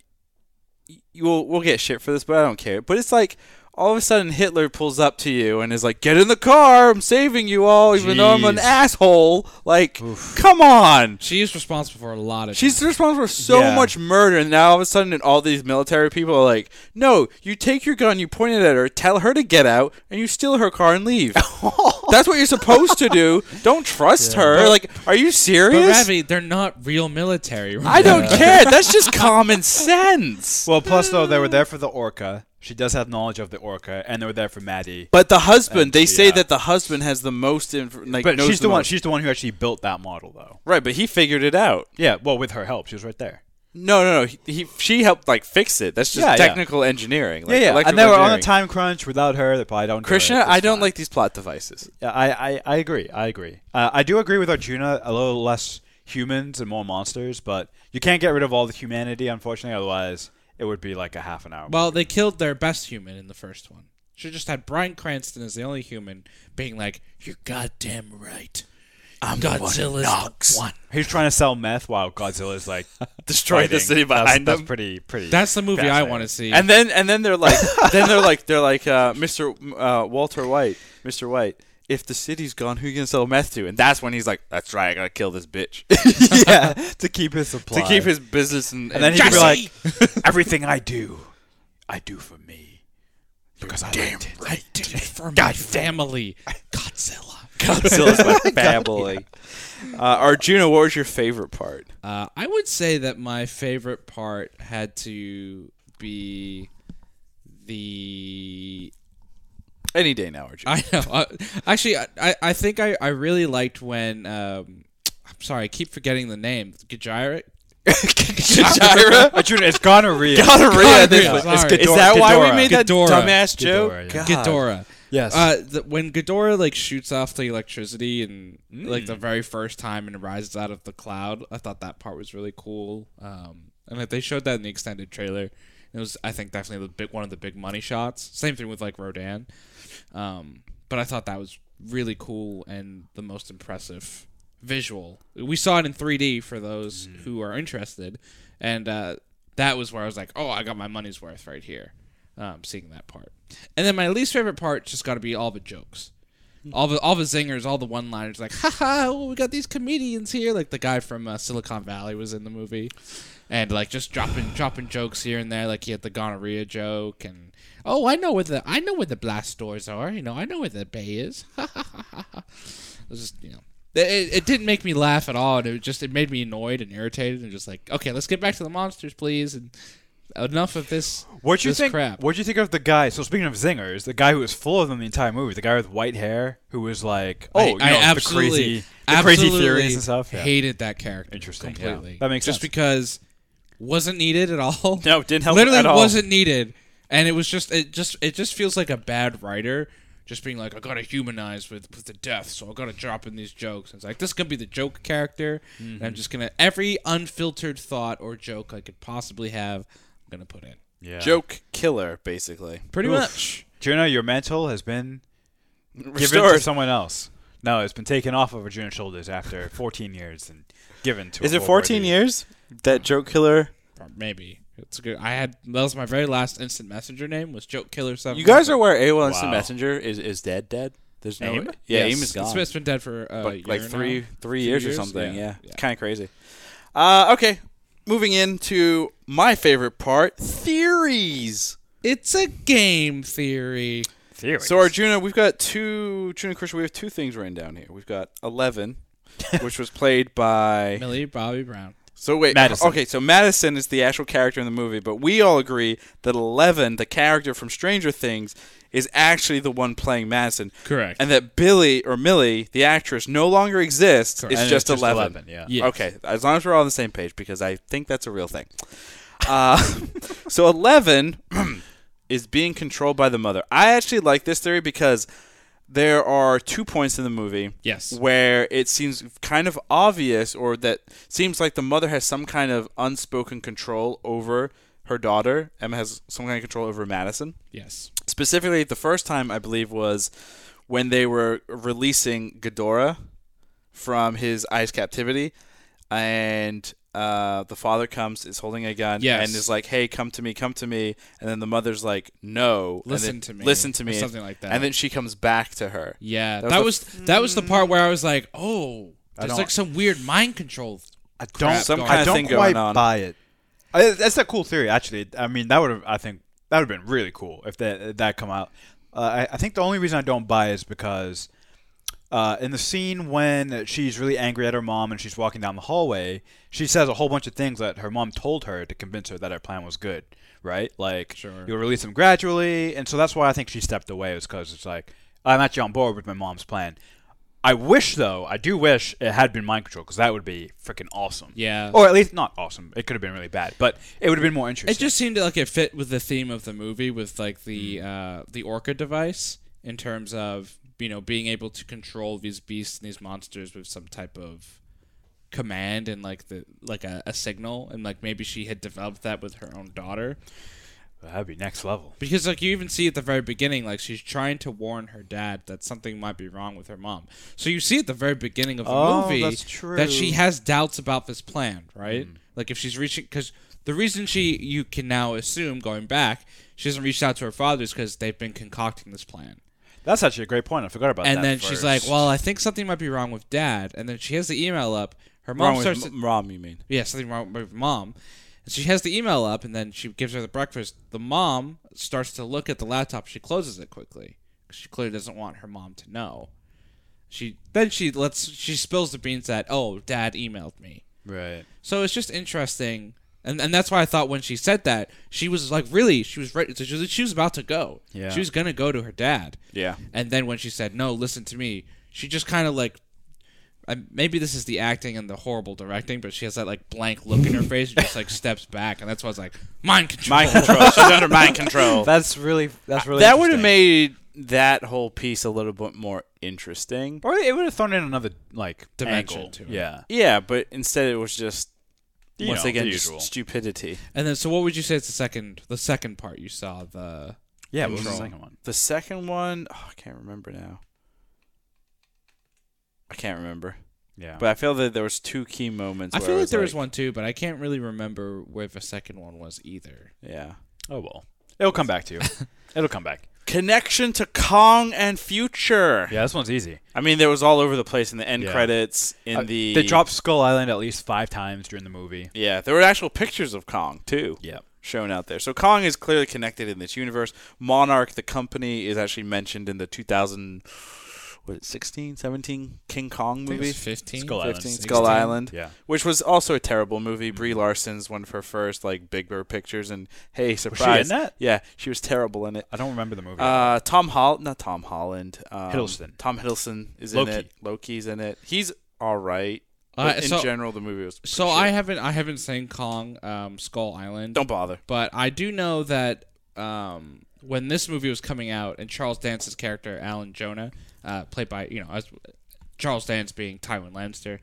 S1: you will we'll get shit for this, but I don't care. But it's like all of a sudden Hitler pulls up to you and is like, "Get in the car! I'm saving you all, even though I'm an
S3: Jeez.
S1: asshole." Like, come on.
S2: She is responsible for a lot of.
S1: She's responsible for so
S3: Yeah.
S1: much murder, and now all of a sudden, all these military people are like, "No, you take your gun, you point it at her, tell her to get out, and you steal her car and leave." That's what you're supposed to do. Don't trust her. Like, are you
S2: but
S1: serious?
S2: Ravi, they're not real military.
S1: I don't care. That's just common sense.
S3: Well, plus though they were there for the orca. She does have knowledge of the orca, and they were there for Maddie.
S1: But the husband, they
S3: Yeah.
S1: say that the husband has the most, inf- like,
S3: But
S1: knows
S3: she's the one.
S1: most.
S3: She's the one who actually built that model, though.
S1: right, but he figured it out.
S3: Yeah. Well, with her help, she was right there.
S1: No, no, no. He, he, she helped like fix it. That's just
S3: Yeah, yeah.
S1: technical engineering. Like,
S3: yeah, yeah.
S1: electrical
S3: And they were on a
S1: engineering.
S3: time crunch. Without her, they probably don't. do it.
S1: Krishna,
S3: It's
S1: I don't
S3: fine.
S1: like these plot devices.
S3: Yeah, I, I, I agree. I agree. Uh, I do agree with Arjuna. A little less humans and more monsters, but you can't get rid of all the humanity, unfortunately. Otherwise, it would be like a half an hour.
S2: Well, they killed their best human in the first one. Should just had Brian Cranston as the only human being like, "You're goddamn right. I'm Godzilla's the one."
S3: He's trying to sell meth while Godzilla's like
S1: Destroy the
S3: fighting.
S1: city
S3: That's-
S1: behind
S3: that's,
S1: him.
S3: pretty pretty.
S2: That's the movie I
S3: fascinating.
S2: want to see.
S1: And then and then they're like then they're like they're like uh, Mr. Uh, Walter White, Mr. White. If the city's gone, who you gonna sell meth to? And that's when he's like, "That's right, I gotta kill this bitch
S3: yeah to keep his supply
S1: to keep his business." And,
S3: And then he'd
S2: Jesse!
S3: be like, everything I do, I do for me because I damn it.
S2: I did it for my family, Godzilla.
S1: Godzilla's my family. Uh, Arjuna, what was your favorite part?
S2: Uh, I would say that my favorite part had to be the
S1: Any day now, Arjuna.
S2: I know. Uh, actually, I- I, I think I, I really liked when. Um, I'm sorry, I keep forgetting the name. Gajira?
S1: Gyra?
S3: Arjuna, it's gonorrhea.
S1: Gonorrhea. this
S2: Gonorrhea,
S1: one.
S2: sorry.
S1: Is that why we
S3: Ghidorah.
S1: made that
S2: Ghidorah.
S1: dumbass joke?
S3: Ghidorah, yeah.
S1: God.
S2: Ghidorah.
S3: Yes.
S2: Uh, the, when Ghidorah like shoots off the electricity and like the very first time and rises out of the cloud, I thought that part was really cool. Um, and like, they showed that in the extended trailer. It was, I think, definitely the big one of the big money shots. Same thing with like Rodan. Um, but I thought that was really cool and the most impressive visual. We saw it in 3D for those who are interested, and uh, that was where I was like, "Oh, I got my money's worth right here." Um, seeing that part, and then my least favorite part just got to be all the jokes, all the all the zingers, all the one liners, like "Ha ha! oh, we got these comedians here." Like the guy from uh, Silicon Valley was in the movie, and like just dropping dropping jokes here and there. Like he had the gonorrhea joke, and oh, I know where the I know where the blast doors are. You know, I know where the bay is. Ha ha ha ha ha. It was just you know. It- It, it didn't make me laugh at all, and it just it made me annoyed and irritated, and just like, okay, let's get back to the monsters, please, and enough of this.
S3: What you
S2: this
S3: think?
S2: Crap.
S3: What you think of the guy? So speaking of zingers, the guy who was full of them the entire movie, the guy with white hair who was like, oh,
S2: I,
S3: you
S2: I
S3: know,
S2: absolutely,
S3: the crazy, the crazy
S2: absolutely
S3: theories and stuff. Yeah.
S2: Hated that character.
S3: Interesting, yeah.
S2: Completely.
S3: That makes
S2: just
S3: sense.
S2: because wasn't needed at all.
S1: No, didn't help
S2: Literally
S1: at all.
S2: wasn't needed, and it was just it just it just feels like a bad writer. Just being like, I gotta humanize with, with the death, so I gotta drop in these jokes. And it's like this could be the joke character, and I'm just gonna every unfiltered thought or joke I could possibly have, I'm gonna put in.
S3: Yeah.
S1: Joke killer, basically.
S2: Pretty
S3: Oof.
S2: much.
S3: Juno, your mantle has been given to
S1: Restored.
S3: someone else. No, it's been taken off of Arjuna's shoulders after 14 years and given to.
S1: Is
S3: a
S1: it
S3: world
S1: 14
S3: worthy-
S1: years? That joke killer.
S2: Or maybe it's good. I had that was my very last instant messenger name was joke killer seven.
S1: You guys are aware AOL Instant
S3: Wow.
S1: Messenger is is dead. Dead. There's no.
S3: AIM?
S1: Yeah,
S2: Yes.
S1: AIM is gone.
S2: It's been, it's been dead for uh, a
S1: But like
S2: year
S1: three
S2: now.
S1: three
S2: Few
S1: years,
S2: years?
S1: or something.
S2: Yeah.
S1: Yeah,
S2: Yeah.
S1: it's kind of crazy. Uh, okay, moving into my favorite part: theories.
S2: It's a game theory.
S3: Theories.
S1: So Arjuna, we've got two. Arjuna and Krishna, we have two things written down here. We've got eleven, which was played by.
S2: Millie Bobby Brown.
S1: So wait,
S3: Madison.
S1: okay. So Madison is the actual character in the movie, but we all agree that Eleven, the character from Stranger Things, is actually the one playing Madison.
S2: Correct.
S1: And that Billy or Millie, the actress, no longer exists.
S2: Correct.
S1: It's,
S3: And
S1: just,
S3: it's just
S1: 11.
S3: 11, yeah.
S2: Yes.
S1: Okay. As long as we're all on the same page, because I think that's a real thing. Uh, so Eleven is being controlled by the mother. I actually like this theory because there are two points in the movie
S2: Yes.
S1: where it seems kind of obvious or that seems like the mother has some kind of unspoken control over her daughter. Emma has some kind of control over Madison.
S2: Yes.
S1: Specifically, the first time I believe was when they were releasing Ghidorah from his ice captivity, and uh, the father comes, is holding a gun,
S2: Yes.
S1: and is like, "Hey, come to me, come to me," and then the mother's like, "No, and
S2: Listen
S1: then,
S2: to me,
S1: listen to
S2: or
S1: me,"
S2: something like that.
S1: and then she comes back to her.
S2: Yeah.
S1: That
S2: That was
S1: was
S2: that was, the part where I was like, oh, there's
S3: don't-
S2: like some weird mind control.
S3: I don't.
S2: Some
S3: I
S2: kind of
S3: don't
S1: thing
S3: quite
S1: going on.
S3: buy it. I, that's a cool theory, actually. I mean, that would have. I think that would have been really cool if that if that come out. Uh, I, I think the only reason I don't buy is because uh, in the scene when she's really angry at her mom and she's walking down the hallway, she says a whole bunch of things that her mom told her to convince her that her plan was good, right? Like
S2: Sure.
S3: you'll release them gradually, and so that's why I think she stepped away. Is because it's like I'm actually on board with my mom's plan. I wish though, I do wish it had been mind control because that would be freaking awesome.
S2: Yeah.
S3: Or at least not awesome. It could have been really bad, but it would have been more interesting.
S2: It just seemed like it fit with the theme of the movie with like the
S1: Hmm.
S2: uh, the orca device in terms of you know being able to control these beasts and these monsters with some type of command and like the like a, a signal and like maybe she had developed that with her own daughter
S3: that'd be next level.
S2: because like you even see at the very beginning like she's trying to warn her dad that something might be wrong with her mom so you see at the very beginning of the
S3: Oh,
S2: movie
S3: that's
S2: that she
S3: true.
S2: has doubts about this plan right like if she's reaching because the reason she you can now assume going back she hasn't reached out to her father is because they've been concocting this plan
S3: That's actually a great point. I forgot about that.
S2: and then she's like
S3: first.
S2: well i think something might be wrong with dad and then she has the email up her mom
S1: Wrong
S2: starts
S1: with
S2: to-
S1: m- Rom, you mean?
S2: yeah, something wrong with mom. And she has the email up, and then she gives her the breakfast. The mom starts to look at the laptop. She closes it quickly 'cause she clearly doesn't want her mom to know. She then she lets she spills the beans that oh dad emailed me.
S3: right.
S2: So it's just interesting, and and that's why I thought when she said that she was like really she was ready. She was, she was about to go.
S3: Yeah.
S2: She was gonna go to her dad.
S1: Yeah.
S2: And then when she said, "No, listen to me," she just kind of like, I, maybe this is the acting and the horrible directing, but she has that like blank look in her face and just like steps back, and that's why I was like, mind control.
S1: Mind control. She's under mind control.
S3: That's really that's really
S1: that would have
S3: interesting.
S1: made that whole piece a little bit more interesting.
S3: or it would have thrown in another like
S2: Dimension
S3: angle.
S2: to it.
S3: Yeah.
S1: Yeah, but instead it was just
S3: You
S1: once
S3: know,
S1: again
S3: the
S1: just
S3: usual.
S1: stupidity.
S2: And then, so what would you say is the second, the second part you saw? The
S3: Yeah. What was the
S2: Control.
S3: second one?
S1: The second one, oh, I can't remember now. I can't remember,
S3: Yeah.
S1: but I feel that there was two key moments.
S2: I
S1: where
S2: feel
S1: I
S2: like there was one too, but I can't really remember where the second one was either.
S1: Yeah,
S3: oh well, it'll come back to you. it'll come back.
S1: connection to Kong and Future.
S3: Yeah, this one's easy.
S1: I mean, there was all over the place in the end
S3: Yeah.
S1: credits. In
S3: Uh,
S1: the
S3: they dropped Skull Island at least five times during the movie.
S1: Yeah, there were actual pictures of Kong too.
S3: Yeah.
S1: shown out there. So Kong is clearly connected in this universe. Monarch, the company, is actually mentioned in the 2000, what, 16, 17 King Kong
S2: I think it
S1: movie.
S2: was fifteen.
S3: Skull Island.
S1: 15,
S2: 16.
S1: Skull Island,
S3: Yeah.
S1: which was also a terrible movie. Brie
S2: Mm-hmm.
S1: Larson's one of her first like Big Bird pictures, and hey,
S3: she
S1: surprise!
S3: in that?
S1: Yeah, she was terrible in it.
S2: Oh,
S3: I don't remember the movie.
S1: Uh, Tom Hol not Tom Holland. Um,
S3: Hiddleston.
S1: Tom Hiddleston is
S3: Loki.
S1: in it. Loki's in it. He's all right.
S2: Uh,
S1: But in
S2: so-
S1: general, the movie was.
S2: So
S1: shit.
S2: I haven't, I haven't seen Kong, um, Skull Island.
S1: don't bother.
S2: But I do know that um, when this movie was coming out, and Charles Dance's character Alan Jonah, uh, played by you know as Charles Dance being Tywin Lannister,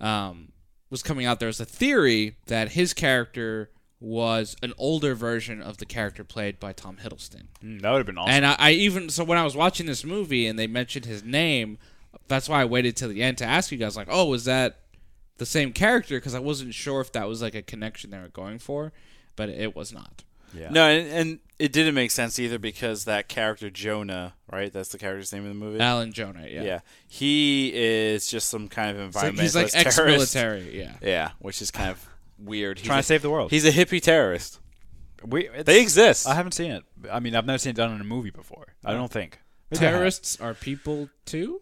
S2: um, was coming out, there was a theory that his character was an older version of the character played by Tom Hiddleston.
S3: Mm, that would have been awesome.
S2: And I, I even so when I was watching this movie and they mentioned his name, that's why I waited till the end to ask you guys like, oh, was that the same character? Because I wasn't sure if that was like a connection they were going for, but it was not.
S3: yeah.
S1: No, and, and it didn't make sense either because that character Jonah, right? That's the character's name in the movie.
S2: Alan Jonah, Uh, yeah,
S1: yeah. he is just some kind of
S2: It's like
S1: environmentalist
S2: he's like
S1: terrorist.
S2: ex-military, yeah.
S1: Yeah, which is kind of weird. He's
S3: trying
S1: a,
S3: to save the world.
S1: He's a hippie terrorist.
S3: we, it's-
S1: They exist.
S3: I haven't seen it. I mean, I've never seen it done in a movie before. I don't think. Maybe I have.
S2: Terrorists are people too?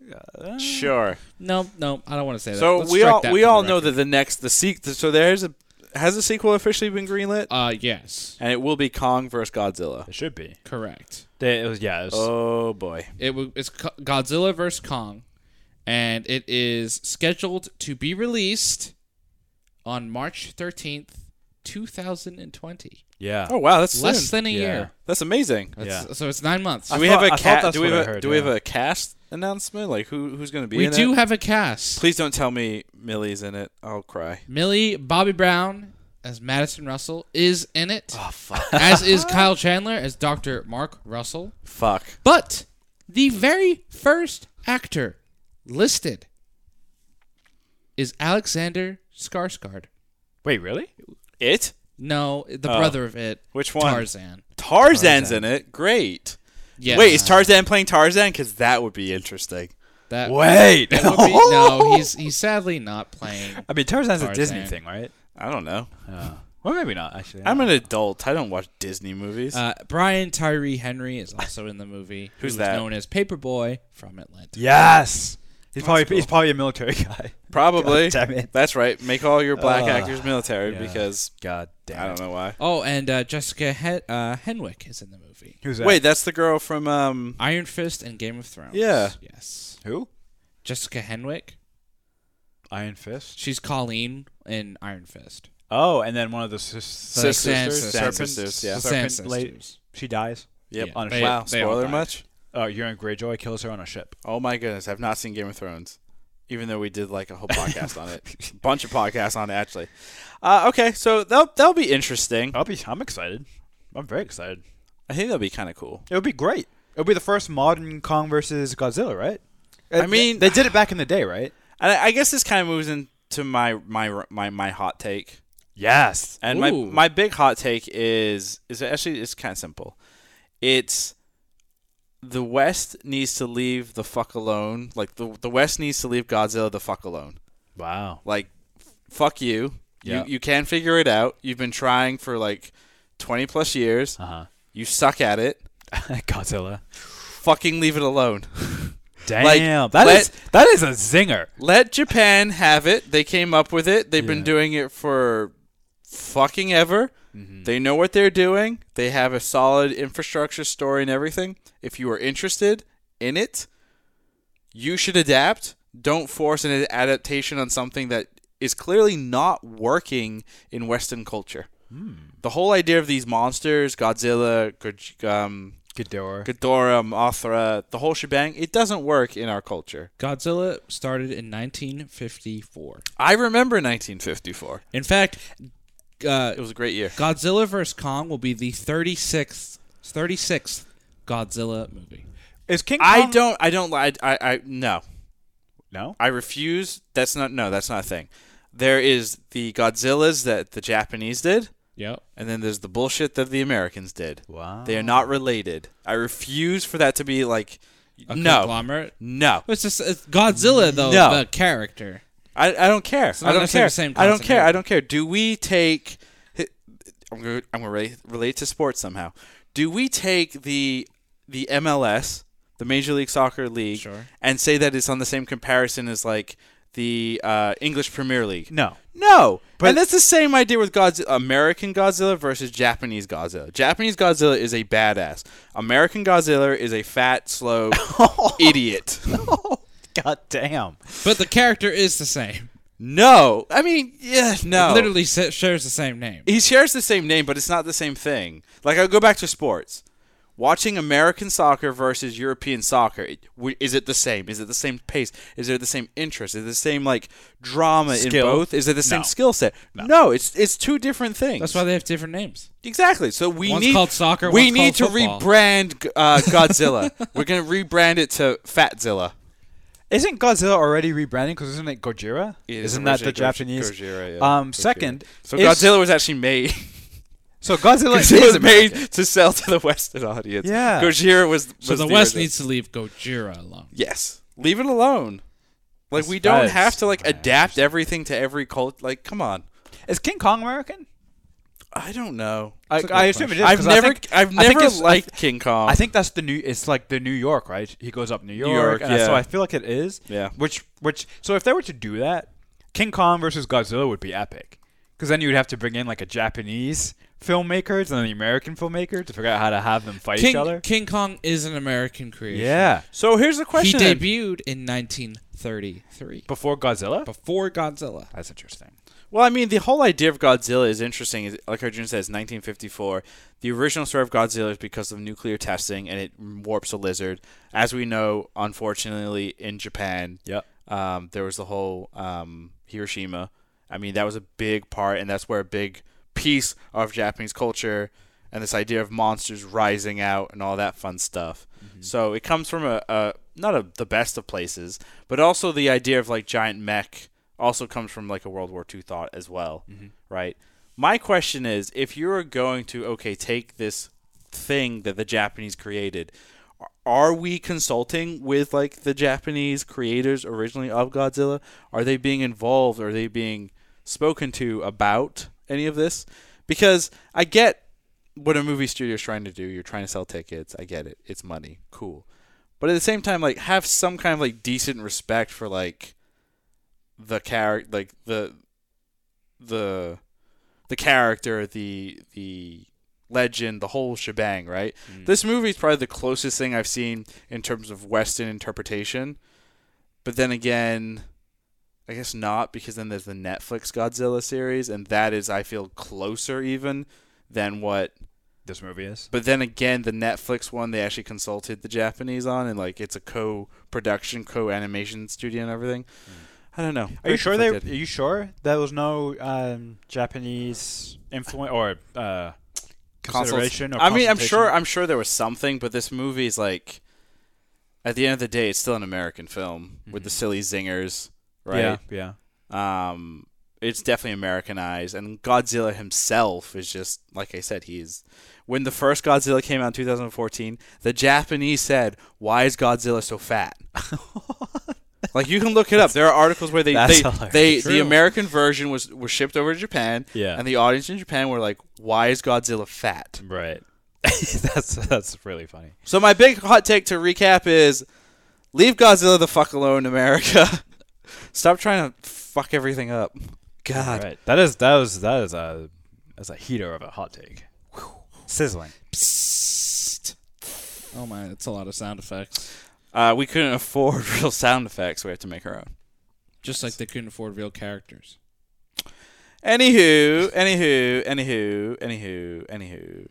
S1: sure.
S2: No, no, I don't want to say that.
S1: So
S2: Let's
S1: we
S2: strike
S1: all
S2: that
S1: we
S2: from
S1: all
S2: the
S1: know
S2: record.
S1: that the next the sequel. So there's a has the sequel officially been greenlit,
S2: Uh, yes,
S1: and it will be Kong versus Godzilla.
S3: It should be.
S2: correct.
S3: They, it was yeah. It was,
S1: Oh boy.
S2: It w- it's Co- Godzilla vs Kong, and it is scheduled to be released on March thirteenth, two thousand and twenty.
S3: yeah.
S1: Oh wow, that's
S2: Less
S1: soon.
S2: than a
S3: Yeah.
S2: year.
S1: that's amazing.
S2: That's-
S3: Yeah.
S2: So it's nine months.
S1: Do we have
S3: thought- I
S1: a
S3: thought
S1: cat?
S3: that's
S1: Do we
S3: what
S1: have
S3: I
S1: a
S3: heard,
S1: do we have
S3: yeah.
S1: a cast announcement? Like who who's going to be?
S2: we
S1: in
S2: do
S1: it?
S2: have a cast.
S1: uh, Please don't tell me Millie's in it. I'll cry.
S2: Millie Bobby Brown as Madison Russell is in it,
S1: fuck.
S2: as is Kyle Chandler as Dr. Mark Russell.
S1: fuck.
S2: But the very first actor listed is Alexander Skarsgård.
S3: Wait, really?
S1: It?
S2: No, the brother of it.
S1: Oh. Which one?
S2: Tarzan.
S1: Tarzan's in it. Great.
S2: Yeah.
S1: Wait, is Tarzan playing Tarzan? Because that would be interesting.
S2: that,
S3: Wait.
S2: that would be- no, he's he's sadly not playing.
S3: I mean, Tarzan's a
S2: Tarzan.
S3: Disney thing, right?
S1: I don't know.
S3: Uh, well, maybe not. Actually,
S1: I'm an adult. I don't watch Disney movies.
S2: Uh, Brian Tyree Henry is also in the movie.
S1: Who's
S2: who is
S1: that?
S2: Known as Paperboy from Atlanta.
S3: yes. He's probably he's probably a military guy.
S1: Probably.
S3: God damn it.
S1: That's right. Make all your black
S3: Uh,
S1: actors military
S3: yeah.
S1: because
S3: God
S1: I
S3: damn.
S1: don't know why.
S2: Oh, and uh, Jessica he- uh, Henwick is in the movie.
S3: Who's that?
S1: Wait, that's the girl from um.
S2: Iron Fist and Game of Thrones.
S1: Yeah.
S2: Yes.
S3: who?
S2: Jessica Henwick.
S3: Iron Fist.
S2: She's Colleen in Iron Fist.
S3: Oh, and then one of the sis-
S2: Sand
S1: sisters,
S2: sisters.
S1: Sand
S3: serpent-
S1: sisters, yeah.
S2: The
S3: serpent
S2: Sand
S3: lady-
S2: Sisters.
S3: She dies.
S1: Yep.
S2: Yeah.
S3: Oh,
S1: On a
S2: They-
S1: ship. wow.
S2: they all
S1: Spoiler
S2: died.
S1: much?
S3: Uh, Euron Greyjoy kills her on a ship.
S1: Oh my goodness, I've not seen Game of Thrones, even though we did like a whole podcast on it, bunch of podcasts on it actually. Uh, okay, so that'll that'll be interesting.
S3: I'll be. I'm excited. I'm very excited.
S1: I think that'll be kind of cool.
S3: It would be great. It would be the first modern Kong versus Godzilla, right? I
S1: mean-
S3: they did it back in the day, right?
S1: And I, I guess this kind of moves into my my my my hot take.
S3: Yes.
S1: And my
S2: Ooh.
S1: my big hot take is is actually it's kind of simple. It's the West needs to leave the fuck alone. Like the the West needs to leave Godzilla the fuck alone.
S3: Wow.
S1: Like f- fuck you.
S3: Yeah.
S1: You you can figure it out. You've been trying for like 20 plus years.
S3: Uh
S1: You suck at it.
S3: huh. Godzilla.
S1: Fucking leave it alone.
S3: Damn.
S1: Like,
S3: that
S1: let-
S3: is that is a zinger.
S1: Let Japan have it. They came up with it. They've been
S3: Yeah.
S1: doing it for fucking ever. They know what they're doing. They have a solid infrastructure story and everything. If you are interested in it, you should adapt. Don't force an adaptation on something that is clearly not working in Western culture. The whole idea of these monsters, Godzilla, Goj- um,
S3: Ghidorah.
S1: Ghidorah, Mothra, the whole shebang, it doesn't work in our culture.
S2: Godzilla started in 1954.
S1: I remember 1954.
S2: In fact, uh,
S1: It was a great year.
S2: Godzilla vs Kong will be the 36th 36th Godzilla movie.
S3: Is King Kong?
S1: I don't. I don't. li- I. I. I no.
S3: No.
S1: I refuse. That's not. No. That's not a thing. There is the Godzillas that the Japanese did,
S2: Yep.
S1: and then there's the bullshit that the Americans did.
S3: Wow.
S1: They are not related. I refuse for that to be like.
S2: A
S1: no.
S2: conglomerate.
S1: No.
S2: It's just it's Godzilla though,
S1: No.
S2: the character.
S1: I, I don't care.
S2: not
S1: I don't
S2: necessarily
S1: care.
S2: the same
S1: I don't
S2: concept
S1: care.
S2: either.
S1: I don't care. Do we take? I'm gonna I'm gonna relate, relate to sports somehow. Do we take the the MLS, the Major League Soccer League,
S2: Sure.
S1: and say that it's on the same comparison as like the uh, English Premier League?
S3: No.
S1: No.
S3: But-
S1: and that's the same idea with Godzilla, American Godzilla versus Japanese Godzilla. Japanese Godzilla is a badass. American Godzilla is a fat, slow idiot.
S3: God damn.
S2: But the character is the same.
S1: No. I mean, yeah, no.
S2: It literally sa- shares the same name.
S1: he shares the same name, but it's not the same thing. Like I go back to sports, watching American soccer versus European soccer. it- w- Is it the same? Is it the same pace? Is there the same interest? Is it the same like drama
S3: Skill?
S1: in both? Is it the same
S3: No.
S1: skill set? No. it's it's two different things.
S2: That's why they have different names.
S1: exactly. So we
S2: One's
S1: need
S2: called soccer,
S1: We
S2: one's
S1: need
S2: called
S1: to
S2: football.
S1: rebrand uh, Godzilla. We're gonna rebrand it to Fatzilla.
S3: Isn't Godzilla already rebranding? Because isn't it Gojira?
S1: It is
S3: isn't that the
S1: originally Goj-
S3: Japanese?
S1: Gojira, yeah.
S3: Um,
S1: Gojira.
S3: second,
S1: So
S3: is-
S1: Godzilla was actually made.
S3: So Godzilla
S1: It was
S3: is American.
S1: made to sell to the Western audience.
S3: Yeah.
S1: Gojira was.
S2: So
S1: was
S2: the West
S1: original.
S2: needs to leave Gojira alone.
S1: Yes. Leave it alone. Like we
S3: That's-
S1: don't
S3: that
S1: have
S3: is
S1: to like
S3: my
S1: adapt everything to every cult. Like, come on.
S3: Is King Kong American?
S1: I don't know.
S3: I,
S2: good
S3: I assume it
S2: question.
S3: is.
S1: I've
S3: 'cause I
S1: never,
S3: think-
S1: I've
S3: I think
S1: never
S3: it's-
S1: liked King Kong.
S3: I think that's the new. It's like the New York, right? He goes up New York,
S1: York,
S3: and I- so
S1: yeah.
S3: I feel like it is.
S1: Yeah.
S3: Which, which, so if they were to do that, King Kong versus Godzilla would be epic, because then you would have to bring in like a Japanese filmmaker and then the American filmmaker to figure out how to have them fight each
S2: King,
S3: other.
S2: King Kong is an American creation.
S3: Yeah.
S1: so. Here's the
S2: He
S1: question: then.
S2: debuted in 1933
S3: Before Godzilla.
S2: before Godzilla.
S3: that's interesting.
S1: Well, I mean, the whole idea of Godzilla is interesting. Is- Like Arjun says, 1954. The original story of Godzilla is because of nuclear testing, and it warps a lizard. As we know, unfortunately, in Japan,
S3: Yep.
S1: um, there was the whole um, Hiroshima. I mean, that was a big part, and that's where a big piece of Japanese culture and this idea of monsters rising out and all that fun stuff. So it comes from a, a not a, the best of places, but also the idea of like giant mech also comes from like a World War II thought as well, right? My question is, if you are going to okay, take this thing that the Japanese created, are we consulting with like the Japanese creators originally of Godzilla? Are they being involved? Are they being spoken to about any of this? Because I get what a movie studio is trying to do. You're trying to sell tickets. I get it. It's money. Cool. But at the same time, like have some kind of like decent respect for like the character, like the the the character, the the legend, the whole shebang, right?
S3: Hmm.
S1: This movie is probably the closest thing I've seen in terms of Western interpretation. But then again, I guess not because then there's the Netflix Godzilla series, and that is I feel closer even than what.
S3: This movie is.
S1: But then again, the Netflix one they actually consulted the Japanese on, and like it's a co-production, co-animation studio and everything. I don't know.
S3: Are you
S1: Very
S3: sure they? Are
S1: conflicted.
S3: you sure there was no um, Japanese influence or uh,
S1: Consults-
S3: consideration? Or
S1: I mean, I'm sure.
S3: consultation?
S1: I'm sure there was something, but this movie's like, at the end of the day, it's still an American film with the silly zingers,
S3: Mm-hmm. Yeah,
S1: right?
S3: yeah.
S1: Um, it's definitely Americanized, and Godzilla himself is just like I said. He's when the first Godzilla came out in 2014, the Japanese said, "Why is Godzilla so fat?" like you can look it up. There are articles where they
S3: That's
S1: they,
S3: hilarious.
S1: they
S2: True.
S1: the American version was was shipped over to Japan,
S3: Yeah.
S1: and the audience in Japan were like, "Why is Godzilla fat?"
S3: Right. that's that's really funny.
S1: So my big hot take to recap is leave Godzilla the fuck alone, America. Stop trying to fuck everything up. God.
S3: Right. That is that was that is a that's a heater of a hot take. Sizzling.
S1: Psst.
S2: Oh my, that's a lot of sound effects.
S1: Uh, we couldn't afford real sound effects. We had to make our own.
S2: Just like they couldn't afford real characters.
S1: Anywho, anywho, anywho, anywho, anywho.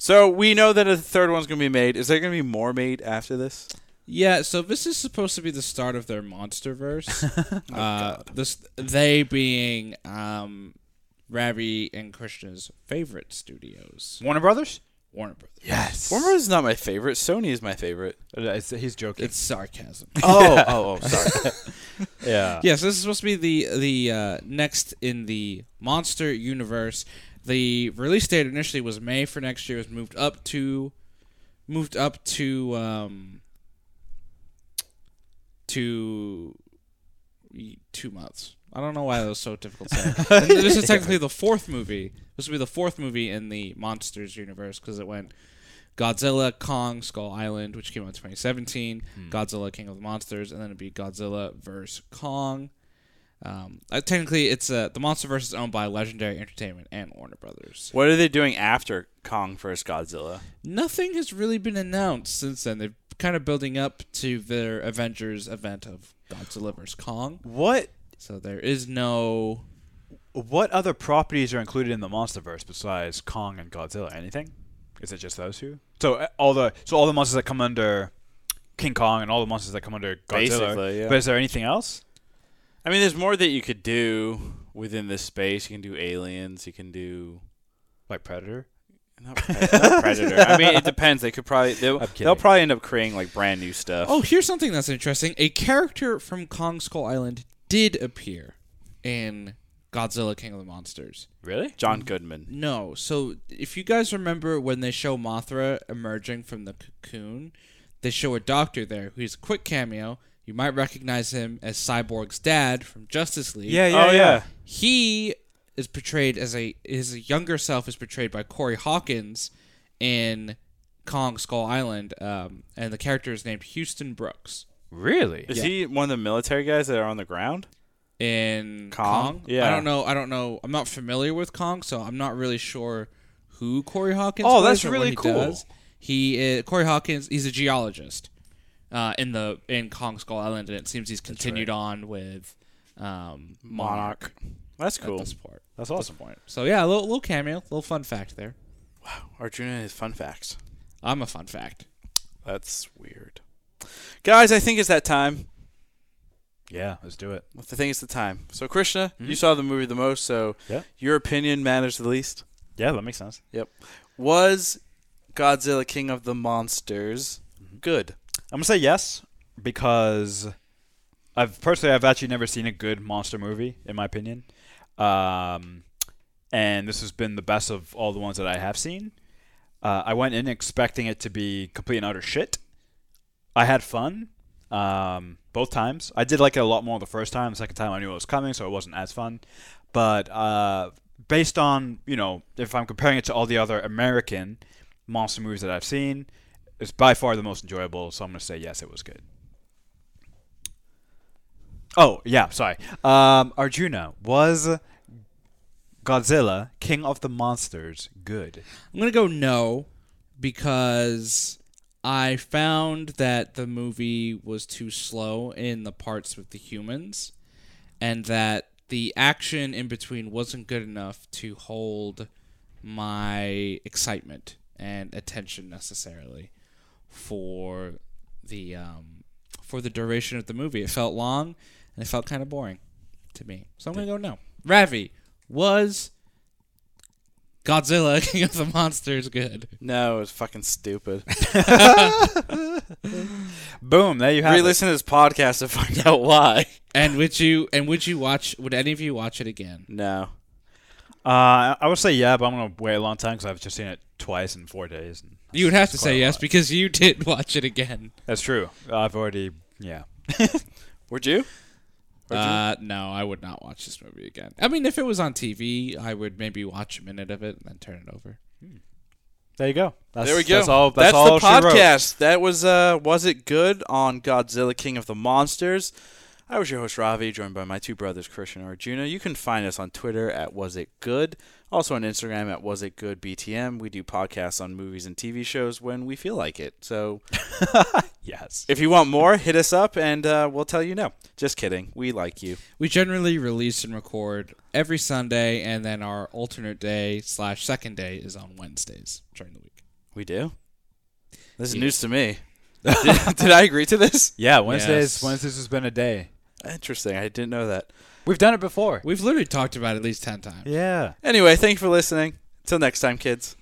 S1: So we know that a third one's gonna be made. Is there gonna be more made after this?
S2: Yeah, so this is supposed to be the start of their MonsterVerse. uh, this they being um, Ravi and Krishna's favorite studios,
S3: Warner Brothers.
S2: Warner Brothers.
S3: Yes.
S1: Warner is not my favorite. Sony is my favorite.
S3: he's joking.
S2: It's sarcasm.
S1: Oh, oh, oh, sorry.
S3: yeah.
S2: yes, this is supposed to be the the uh, next in the monster universe. The release date initially was May for next year. It was moved up to moved up to um, to y- two months. I don't know why that was so difficult. To say. And this is technically the fourth movie. This will be the fourth movie in the monsters universe because it went Godzilla, Kong, Skull Island, which came out in 2017, Godzilla, King of the Monsters, and then it'd be Godzilla vs. Kong. Um, uh, technically, it's uh, the MonsterVerse is owned by Legendary Entertainment and Warner Brothers.
S1: what are they doing after Kong vs. Godzilla?
S2: Nothing has really been announced since then. They're kind of building up to their Avengers event of Godzilla vs. Kong,
S3: What
S2: so there is no.
S3: what other properties are included in the MonsterVerse besides Kong and Godzilla? Anything? Is it just those two? So uh, all the so all the monsters that come under King Kong and all the monsters that come under Godzilla.
S1: Basically, yeah.
S3: But is there anything else?
S1: I mean, there's more that you could do within this space. You can do aliens. You can do
S3: Like Predator?
S1: not, Pred- not predator. I mean, it depends. They could probably they'll,
S3: I'm kidding.
S1: they'll probably end up creating like brand new stuff.
S2: Oh, here's something that's interesting. A character from Kong Skull Island did appear in Godzilla King of the Monsters.
S3: Really?
S1: John Goodman.
S2: No. So if you guys remember when they show Mothra emerging from the cocoon, they show a doctor there who's a quick cameo. You might recognize him as Cyborg's dad from Justice League.
S3: Yeah, yeah,
S1: Oh,
S3: yeah.
S1: yeah.
S2: He is portrayed as a his younger self is portrayed by Corey Hawkins in Kong Skull Island, um, and the character is named Houston Brooks
S3: Really?
S1: Is he one of the military guys that are on the ground?
S2: in Kong.
S1: Kong? Yeah.
S2: I don't know. I don't know. I'm not familiar with Kong, so I'm not really sure who Corey Hawkins.
S3: Oh,
S2: plays
S3: that's
S2: or what
S3: really
S2: he
S3: cool.
S2: Does. He is, Corey Hawkins. He's a geologist uh, in the in Kong Skull Island, and it seems he's continued on with um, Monarch.
S1: That's
S2: At
S1: cool.
S2: this part.
S3: That's
S2: at
S3: awesome.
S2: This point. So yeah, a little, little cameo, little fun fact there.
S1: Arjuna and his fun facts.
S2: I'm a fun fact.
S1: That's weird. Guys, I think it's that time.
S3: Yeah, let's do it.
S1: I think it's the time. So Krishna, you saw the movie the most, so
S3: Yeah.
S1: your opinion matters the least.
S3: Yeah, that makes sense.
S1: Yep. Was Godzilla King of the Monsters good?
S3: I'm gonna say yes because I've personally I've actually never seen a good monster movie in my opinion, um, and this has been the best of all the ones that I have seen. Uh, I went in expecting it to be complete and utter shit. I had fun um, both times. I did like it a lot more the first time. The second time I knew it was coming, so it wasn't as fun. But uh, based on you know if I'm comparing it to all the other American monster movies that I've seen, it's by far the most enjoyable. So I'm gonna say yes, it was good. Oh yeah, sorry. Um, Arjuna was Godzilla, King of the Monsters, good.
S2: I'm gonna go no because I found that the movie was too slow in the parts with the humans, and that the action in between wasn't good enough to hold my excitement and attention necessarily for the um, for the duration of the movie. It felt long and it felt kind of boring to me. So I'm gonna go no. Ravi was Godzilla King of the Monsters good.
S1: No, it's fucking stupid.
S3: Boom, there you have it.
S1: Re-listen to this podcast to find out why.
S2: And would you and would you watch would any of you watch it again?
S1: No.
S3: Uh, I would say yeah, but I'm gonna wait a long time because I've just seen it twice in four days. And
S2: You would have to
S3: quite
S2: say
S3: a
S2: yes
S3: lot.
S2: because you did watch it again.
S3: That's true. I've already yeah.
S1: Would you? Would you?
S2: Uh, no, I would not watch this movie again. I mean, if it was on TV, I would maybe watch a minute of it and then turn it over.
S3: There you go. That's,
S1: there we go.
S3: That's all. That's,
S1: the
S3: all she wrote.
S1: podcast. That was uh, was it good on Godzilla King of the Monsters. I was your host Ravi, joined by my two brothers Christian and Arjuna. You can find us on Twitter at Was It Good, also on Instagram at Was It Good BTM. We do podcasts on movies and TV shows when we feel like it. So
S3: Yes.
S1: if you want more, hit us up and uh, we'll tell you no. Just kidding. We like you.
S2: We generally release and record every Sunday, and then our alternate day slash second day is on Wednesdays during the week.
S1: We do. This is
S2: Yeah.
S1: news to me. did, did I agree to this?
S3: Yeah. Wednesdays.
S2: Yes.
S3: Wednesdays has been a day.
S1: Interesting. I didn't know that.
S3: We've done it before.
S2: We've literally talked about it at least ten times.
S3: yeah.
S1: Anyway, thank you for listening. Till next time, kids.